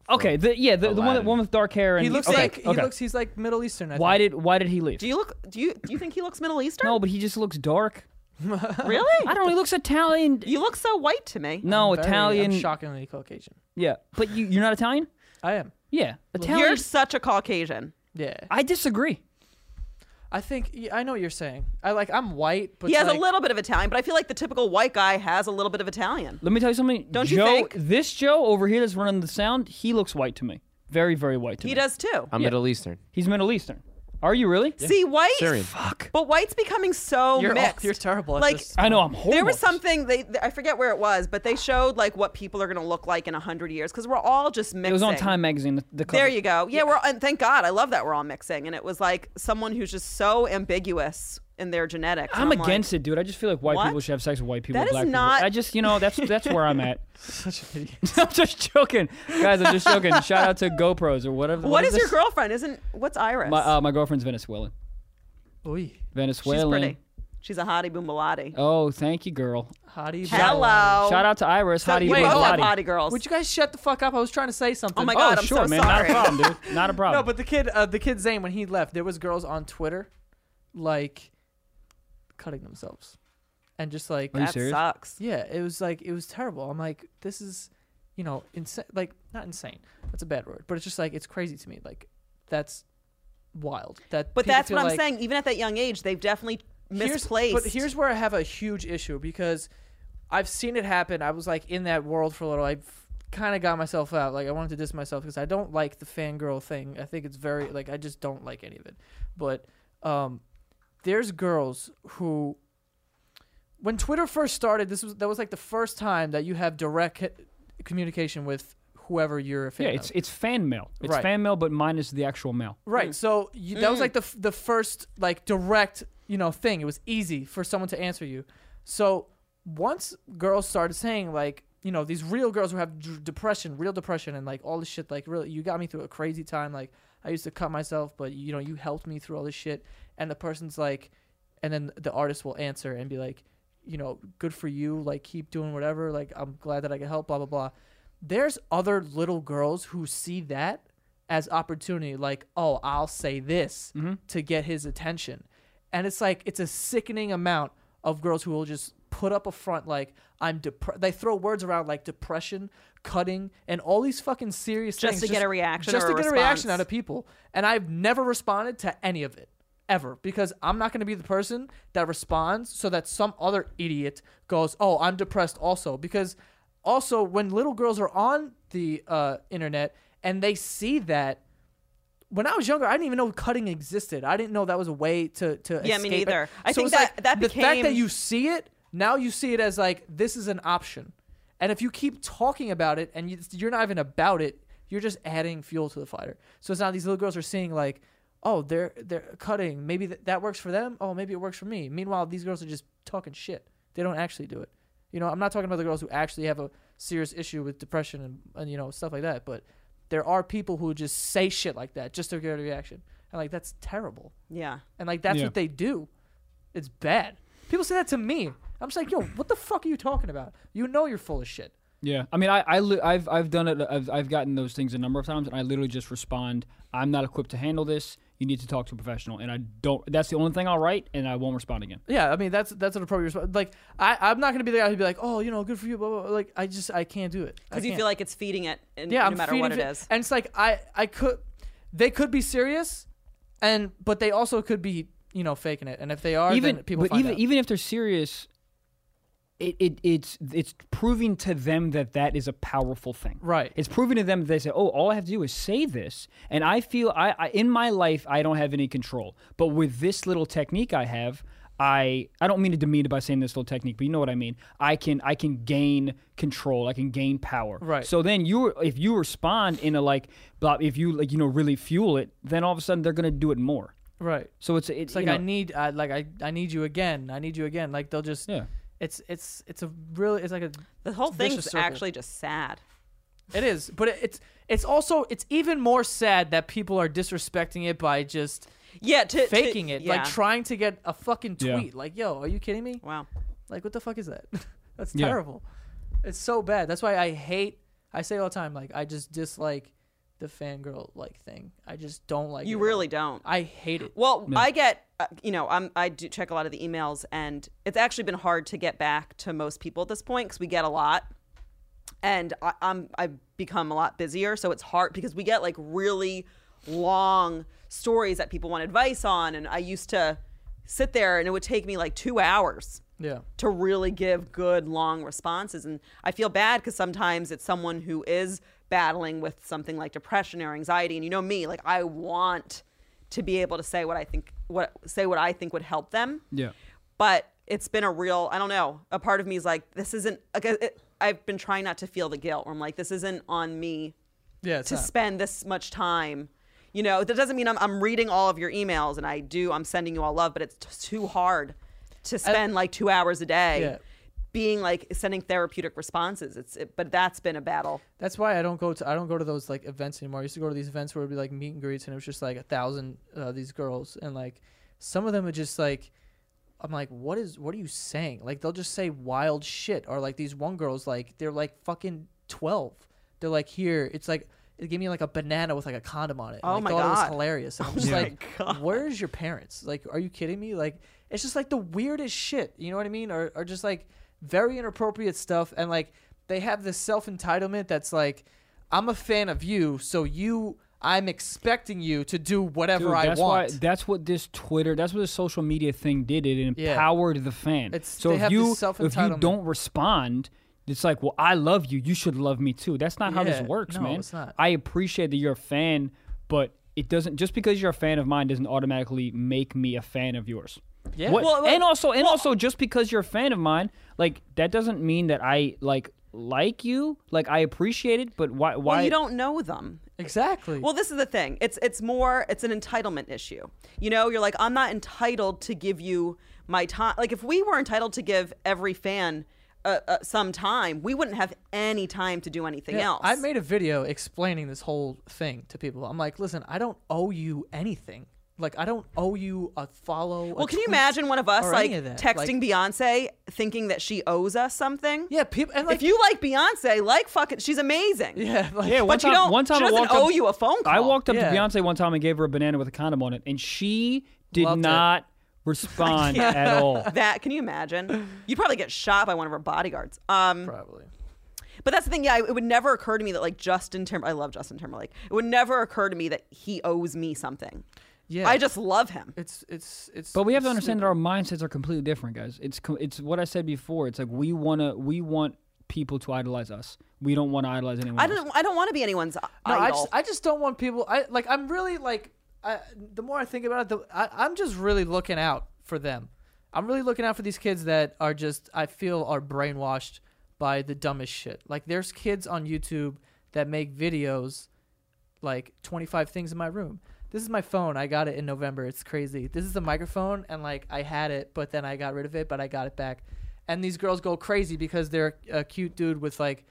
D: Okay, the yeah, the, the one
E: Aladdin.
D: one with dark hair and
C: Oh. He looks
D: okay,
C: like he
D: okay.
C: looks. He's like Middle Eastern. I
D: Why
C: think.
D: did why did he leave?
B: Do you look? Do you do you think he looks Middle Eastern?
D: no, but he just looks dark.
B: really.
D: I don't know. He looks Italian.
B: You look so white to me.
D: No,
C: Very- I'm
D: Italian.
C: shockingly Caucasian.
D: Yeah, but you you're not Italian.
C: I am.
D: Yeah,
B: You're
D: Italian.
B: such a Caucasian.
C: Yeah.
D: I disagree.
C: I think yeah, I know what you're saying. I like I'm white, but
B: he has
C: like,
B: a little bit of Italian, but I feel like the typical white guy has a little bit of Italian.
D: Let me tell you something.
B: Don't you
D: Joe,
B: think?
D: This Joe over here that's running the sound, he looks white to me. Very, very white to
B: He
D: me.
B: does too.
E: I'm Middle Eastern.
D: He's Middle Eastern. Are you really?
B: See, white.
E: Syrian.
D: Fuck.
B: But white's becoming so
C: You're all-
B: mixed.
C: you're terrible at
B: Like
C: this.
D: I know I'm horrible.
B: there was something they they- I forget where it was, but they showed like what people are going to look like in 100 years cuz we're all just mixing.
D: It was on Time magazine. The, the
B: There
D: cover.
B: you go. Yeah, we're and thank God. I love that we're all mixing and it was like someone who's just so ambiguous in their genetics. and
D: I'm,
B: like,
D: against it, dude. I just feel like white
B: What?
D: people should have sex with white people.
B: That
D: and
B: is
D: black
B: not-
D: People. I just, you know, that's that's where I'm at.
C: such an idiot.
D: I'm just joking, guys. I'm just joking. Shout out to GoPros or whatever.
B: What is your
D: this?
B: girlfriend? Isn't what's Iris?
D: My uh, my girlfriend's Venezuelan.
C: Oy,
B: She's
D: Venezuelan.
B: pretty. She's a hottie boomalati.
D: Oh, thank you, girl.
C: hottie.
B: Hello.
D: Shout out to Iris.
B: Oh. So
D: How do you
B: we
D: do
B: both have
D: body?
B: hottie girls.
C: Would you guys shut the fuck up? I was trying to say something.
B: Oh my
D: Oh,
B: God, I'm
D: sure,
B: so
D: man.
B: sorry.
D: Not a problem, dude. Not a problem.
C: No, but the kid, uh, the kid Zane, when he left, there was girls on Twitter, like, cutting themselves, and just like,
D: Are you
B: that
D: serious?
B: sucks.
C: yeah, it was like it was terrible. I'm like, this is, you know, insane. Like, not insane. That's a bad word, but it's just like it's crazy to me. Like, that's wild. That.
B: But
C: people
B: that's what
C: feel
B: I'm
C: like-
B: saying. Even at that young age, they've definitely
C: Here's-
B: misplaced.
C: But here's where I have a huge issue because I've seen it happen. I was like in that world for a little. I kind of got myself out. Like I wanted to diss myself because I don't like the fangirl thing. I think it's very like I just don't like any of it. But um, there's girls who. When Twitter first started, this was that was like the first time that you have direct c- communication with whoever you're a fan
D: yeah,
C: of.
D: it's it's fan mail. It's
C: Right.
D: fan mail, but minus the actual mail.
C: Right. So you, that was like the f- the first like direct you know thing. It was easy for someone to answer you. So once girls started saying like you know these real girls who have d- depression, real depression, and like all this shit, like really you got me through a crazy time. Like I used to cut myself, but you know you helped me through all this shit. And the person's like, and then the artist will answer and be like, you know, good for you. Like keep doing whatever. Like I'm glad that I could help. Blah blah blah. There's other little girls who see that as opportunity like oh i'll say this to get his attention and it's like it's a sickening amount of girls who will just put up a front like i'm depre- they throw words around like depression cutting and all these fucking serious
B: Just to
C: things
B: get a reaction
C: just
B: or a
C: to get a reaction
B: response.
C: out of people and i've never responded to any of it ever because i'm not going to be the person that responds so that some other idiot goes oh i'm depressed also because also when little girls are on the uh, internet and they see that when I was younger, I didn't even know cutting existed. I didn't know that was a way to to
B: Yeah, me
C: escape.
B: neither. I think
C: it's
B: that-
C: like
B: that
C: the fact that
B: became-
C: you see it now, you see it as like this is an option, and if you keep talking about it and you, you're not even about it, you're just adding fuel to the fire. So it's now these little girls are seeing like, oh, they're they're cutting. Maybe th- that works for them. Oh, maybe it works for me. Meanwhile, these girls are just talking shit. They don't actually do it. You know, I'm not talking about the girls who actually have a serious issue with depression and, and you know stuff like that, but there are people who just say shit like that just to get a reaction. And like that's terrible.
B: yeah.
C: And like that's
D: Yeah.
C: what they do. It's bad. People say that to me. I'm just like, yo, what the fuck are you talking about? You know you're full of shit.
D: Yeah, I mean, I, I li- I've I've done it. I've I've gotten those things a number of times, and I literally just respond, "I'm not equipped to handle this. You need to talk to a professional." And I don't. That's the only thing I'll write, and I won't respond again.
C: Yeah, I mean that's that's an appropriate response. Like I, I'm not gonna be the guy who'd be like, oh, you know, good for you, blah blah. blah. Like I just I can't do it I
B: Because you
C: can't.
B: feel like it's feeding it, in,
C: yeah,
B: no
C: I'm
B: matter
C: feeding
B: what it
C: fi-
B: is.
C: And it's like I I could they could be serious, and but they also could be you know faking it. And if they are,
D: even
C: then people
D: but
C: find
D: even
C: out.
D: even if they're serious, it, it it's it's proving to them that that is a powerful thing.
C: Right.
D: It's proving to them that they say, "Oh, all I have to do is say this," and I feel I, I in my life I don't have any control, but with this little technique I have. I, I don't mean to demean it by saying this little technique, but you know what I mean. I can I can gain control. I can gain power.
C: Right.
D: So then you if you respond in a like, blah, if you like you know really fuel it, then all of a sudden they're gonna do it more.
C: right.
D: So it's it's
C: It's like
D: you know,
C: I need, I, like I, I need you again. I need you again. Like they'll just,
D: Yeah.
C: It's it's it's a really it's like a
B: The whole
C: vicious
B: thing's
C: circle.
B: actually just sad.
C: it is, but it, it's it's also it's even more sad that people are disrespecting it by just
B: Yeah, to, to-
C: faking it,
B: yeah.
C: like trying to get a fucking
D: Yeah.
C: tweet. Like yo, are you kidding me?
B: Wow.
C: Like, what the fuck is that? That's
D: Yeah.
C: terrible. It's so bad. That's why I hate. I say all the time, like, I just dislike the fangirl like thing. I just don't like. it
B: You
C: at all.
B: really don't.
C: I hate it.
B: Well, I get, uh, you know, I'm, I do check a lot of the emails, and it's actually been hard to get back to most people at this point because we get a lot, and I, I'm I've become a lot busier, so it's hard because we get like really long stories that people want advice on, and I used to sit there and it would take me like two hours
C: Yeah.
B: to really give good long responses and i feel bad because sometimes it's someone who is battling with something like depression or anxiety and you know me like i want to be able to say what i think what say what i think would help them
D: Yeah.
B: but it's been a real i don't know a part of me is like this isn't like it, i've been trying not to feel the guilt where i'm like this isn't on me
C: Yeah. It's
B: to
C: not.
B: spend this much time you know that doesn't mean I'm, I'm reading all of your emails and i do i'm sending you all love but it's t- too hard to spend like two hours a day
C: Yeah.
B: being like sending therapeutic responses it's it, but that's been a battle
C: That's why I don't go to I don't go to those like events anymore. I used to go to these events where it'd be like meet and greets, and it was just like a thousand uh, these girls, and like some of them are just like, I'm like, what is what are you saying? Like they'll just say wild shit, or like these one girls like they're like fucking twelve. They're like here, it's like it gave me like a banana with like a condom on it. and
B: Oh
C: I
B: my
C: thought It was
B: God.
C: hilarious. And I'm just like, where's your parents? Like, are you kidding me? Like, it's just like the weirdest shit. You know what I mean? Or, or just like very inappropriate stuff. And like, they have this self entitlement that's like, I'm a fan of you, so you, I'm expecting you to do whatever
D: Dude,
C: I
D: that's
C: want.
D: Why, that's what this Twitter, that's what this social media thing did. It
C: Yeah.
D: empowered the fan.
C: It's-
D: so
C: they
D: if
C: have
D: you
C: this
D: if you
C: self-entitlement.
D: don't respond, it's like, well, I love you. You should love me too. That's not how this
C: Yeah,
D: works,
C: no,
D: man.
C: it's not.
D: I appreciate that you're a fan, but it doesn't just because you're a fan of mine doesn't automatically make me a fan of yours.
C: Yeah.
D: What-
B: Well, well,
D: and also, and also, just because you're a fan of mine, like that doesn't mean that I like like you. Like I appreciate it, but why? Why
B: well you don't know them
C: exactly.
B: Well, this is the thing. It's it's more it's an entitlement issue. You know, you're like I'm not entitled to give you my time. Like if we were entitled to give every fan uh, uh, some time, we wouldn't have any time to do anything
C: Yeah,
B: else.
C: I made a video explaining this whole thing to people. I'm like, listen, I don't owe you anything. Like, I don't owe you a follow.
B: well, can you imagine one of us like texting
C: Like,
B: Beyonce thinking that she owes us something?
C: yeah, people. And like,
B: if you like Beyonce, like fucking, she's amazing.
C: yeah, like,
D: Yeah, one
B: But you
D: time,
B: don't-
D: one time
B: she
D: I
B: doesn't
D: walked
B: owe
D: up,
B: you a phone
D: I
B: call.
D: walked up
C: Yeah.
D: to Beyonce one time and gave her a banana with a condom on it, and she did
C: Loved it.
D: not respond at all.
B: That can you imagine? You'd probably get shot by one of her bodyguards. Um,
C: probably.
B: But that's the thing. Yeah, it would never occur to me that like Justin Timber. I love Justin Timberlake. It would never occur to me that he owes me something.
C: Yeah.
B: I just love him.
C: It's it's it's.
D: But we have to
C: it's
D: understand that our mindsets are completely different, guys. It's co- it's what I said before. It's like we wanna we want people to idolize us. We don't want to idolize anyone.
B: I
D: else.
B: don't. I don't want to be anyone's
C: No,
B: idol.
C: I just, I just don't want people. I like. I'm really like. I, the more I think about it, the, I, I'm just really looking out for them. I'm really looking out for these kids that are just. I feel are brainwashed by the dumbest shit. Like there's kids on YouTube that make videos, like 25 things in my room. This is my phone. I got it in November. It's crazy. This is the microphone, and like I had it, but then I got rid of it, but I got it back. And these girls go crazy because they're a cute dude with like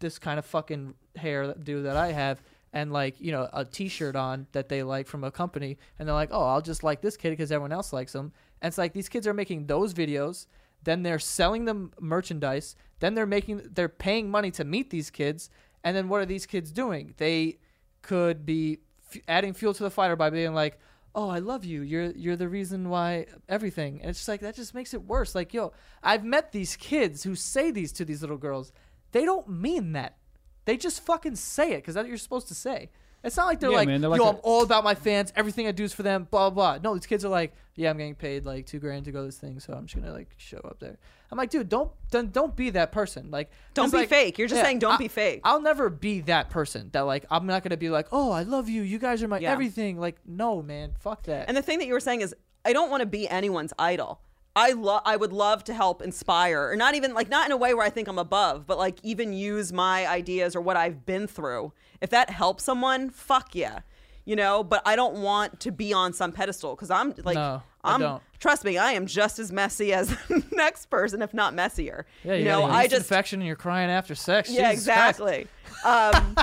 C: this kind of fucking hair do that I have and like you know a t-shirt on that they like from a company and they're like oh I'll just like this kid because everyone else likes him and it's like these kids are making those videos then they're selling them merchandise then they're making they're paying money to meet these kids and then what are these kids doing they could be f- adding fuel to the fire by being like oh I love you you're you're the reason why everything and it's just like that just makes it worse like yo I've met these kids who say these to these little girls they don't mean that. They just fucking say it because that's what you're supposed to say. It's not like they're
D: Yeah,
C: like,
D: man, they're
C: yo,
D: like a-
C: I'm all about my fans. Everything I do is for them. Blah blah. blah." No, these kids are like, yeah, I'm getting paid like two grand to go to this thing, so I'm just gonna like show up there. I'm like, dude, don't don't, don't be that person. Like,
B: Don't
C: it's
B: be
C: like-
B: fake. You're just saying don't
C: I-
B: be fake.
C: I'll never be that person. That like, I'm not gonna be like, oh, I love you. You guys are my
B: Yeah.
C: everything. Like, no, man, fuck that.
B: and the thing that you were saying is, I don't want to be anyone's idol. I love. I would love to help inspire, or not even like not in a way where I think I'm above, but like even use my ideas or what I've been through. If that helps someone, fuck yeah, you know. But I don't want to be on some pedestal because I'm like,
C: No, I
B: I'm
C: don't.
B: trust me, I am just as messy as the next person, if not messier.
C: yeah,
B: you know,
C: got a
B: I
C: yeast
B: just
C: infection and you're crying after sex.
B: yeah,
C: Jesus Christ.
B: exactly. Um,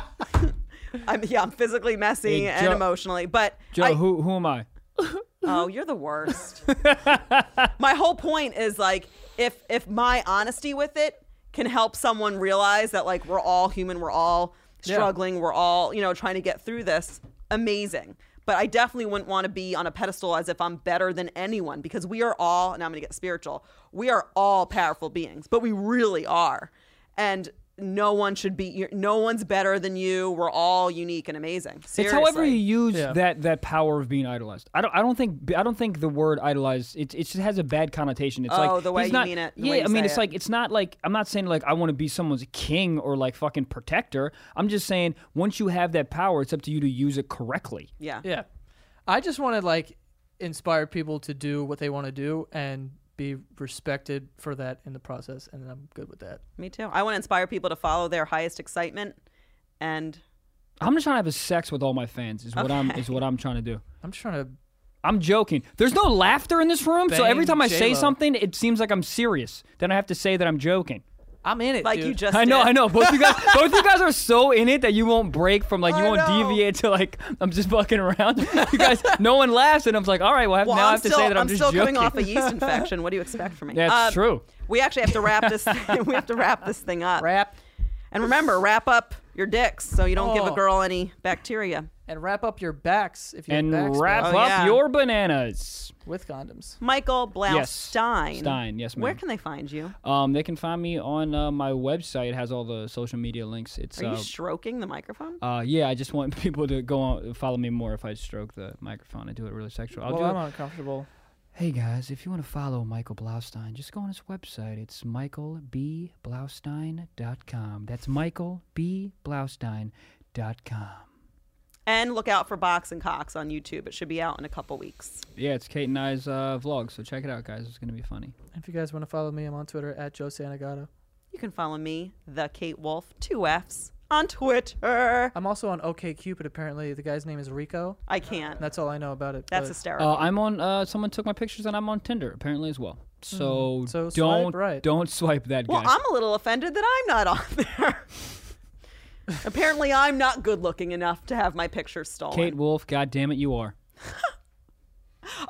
B: I'm yeah, I'm physically messy
D: Hey,
B: and
D: Joe-
B: emotionally, but
D: Joe,
B: I-
D: who who am I?
B: oh, you're the worst. my whole point is like if if my honesty with it can help someone realize that like we're all human, we're all struggling, we're all you know trying to get through this. Amazing. But I definitely wouldn't want to be on a pedestal as if I'm better than anyone because we are all, and I'm going to get spiritual, we are all powerful beings, but we really are. And no one should be you're- no one's better than you. We're all unique and amazing. Seriously.
D: It's however you use
C: Yeah.
D: that that power of being idolized. I don't I don't think I don't think the word idolized it it just has a bad connotation. It's
B: Oh,
D: like
B: the way
D: he's
B: you
D: not-
B: mean it, the
D: Yeah,
B: way you
D: I mean
B: say
D: it's
B: it.
D: like it's not like I'm not saying like I want to be someone's king or like fucking protector. I'm just saying once you have that power, it's up to you to use it correctly.
B: yeah.
C: Yeah. I just want to like inspire people to do what they want to do and be respected for that in the process and I'm good with that.
B: Me too. I want to inspire people to follow their highest excitement and
D: I'm just trying to have a sex with all my fans is what I'm is what I'm trying to do.
C: I'm just trying to
D: I'm joking. There's no laughter in this room, so every
C: Bang
D: time I say
C: J-Lo.
D: something, it seems like I'm serious. Then I have to say that I'm joking.
C: I'm in it,
B: like
C: dude.
B: you just
D: I know,
B: did.
D: I know. Both you guys, both you guys are so in it that you won't break from like you
B: I
D: won't
B: know.
D: deviate to like I'm just fucking around. You guys, no one laughs, and I'm just like, all right, well, I have,
B: Well,
D: now I
B: I'm
D: have
B: still,
D: to say that I'm, just
B: still
D: joking.
B: coming off a yeast infection. What do you expect from me?
D: That's
B: Uh,
D: true.
B: We actually have to wrap this. we have to wrap this thing up.
C: wrap
B: And remember, wrap up your dicks so you don't give a
C: Oh.
B: girl any bacteria.
C: and wrap up your backs if you
D: And
C: have backs
D: wrap
B: Oh,
D: up
B: yeah.
D: your bananas.
C: with condoms.
B: Michael
D: Yes,
B: Blaustein.
D: Stein, yes, ma'am.
B: Where can they find you?
D: Um, they can find me on uh, my website. It has all the social media links. It's
B: Are you
D: uh,
B: stroking the microphone?
D: uh, yeah. I just want people to go on follow me more if I stroke the microphone. I do it really sexual. I'll
C: well,
D: do it.
C: I'm uncomfortable.
D: Hey guys, if you want to follow Michael Blaustein, just go on his website. It's michaelbblaustein.com. That's michaelbblaustein.com.
B: and look out for Box and Cox on YouTube. It should be out in a couple weeks.
D: Yeah, it's Kate and I's uh, vlog, so check it out, guys. It's going to be funny.
C: If you guys want to follow me, I'm on Twitter at Joe Santagato.
B: You can follow me, the Kate Wolf, two F's, on Twitter.
C: I'm also on OKCupid. Apparently, the guy's name is Rico.
B: I can't.
C: And that's all I know about it.
B: That's
C: but-
B: hysterical.
D: Uh, I'm on, uh, someone took my pictures, and I'm on Tinder, apparently, as well. So,
C: Mm, So swipe
D: don't,
C: right.
D: don't swipe that
B: well,
D: guy.
B: I'm a little offended that I'm not on there. Apparently, I'm not good looking enough to have my picture stolen.
D: Kate Wolf, God damn it, you are.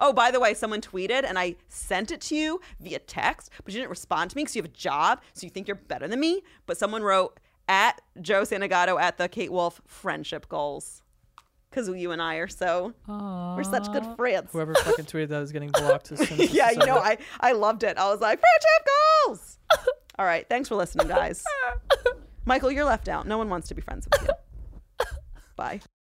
B: Oh, by the way, someone tweeted and I sent it to you via text, but you didn't respond to me because you have a job, so you think you're better than me. But someone wrote at Joe Santagato at the Kate Wolf friendship goals because you and I are so we're such good friends.
C: Whoever fucking tweeted that is getting blocked. As soon as
B: yeah,
C: it's
B: you know
C: over.
B: I I loved it. I was like friendship goals. All right, thanks for listening, guys. Michael, you're left out. No one wants to be friends with you. Bye.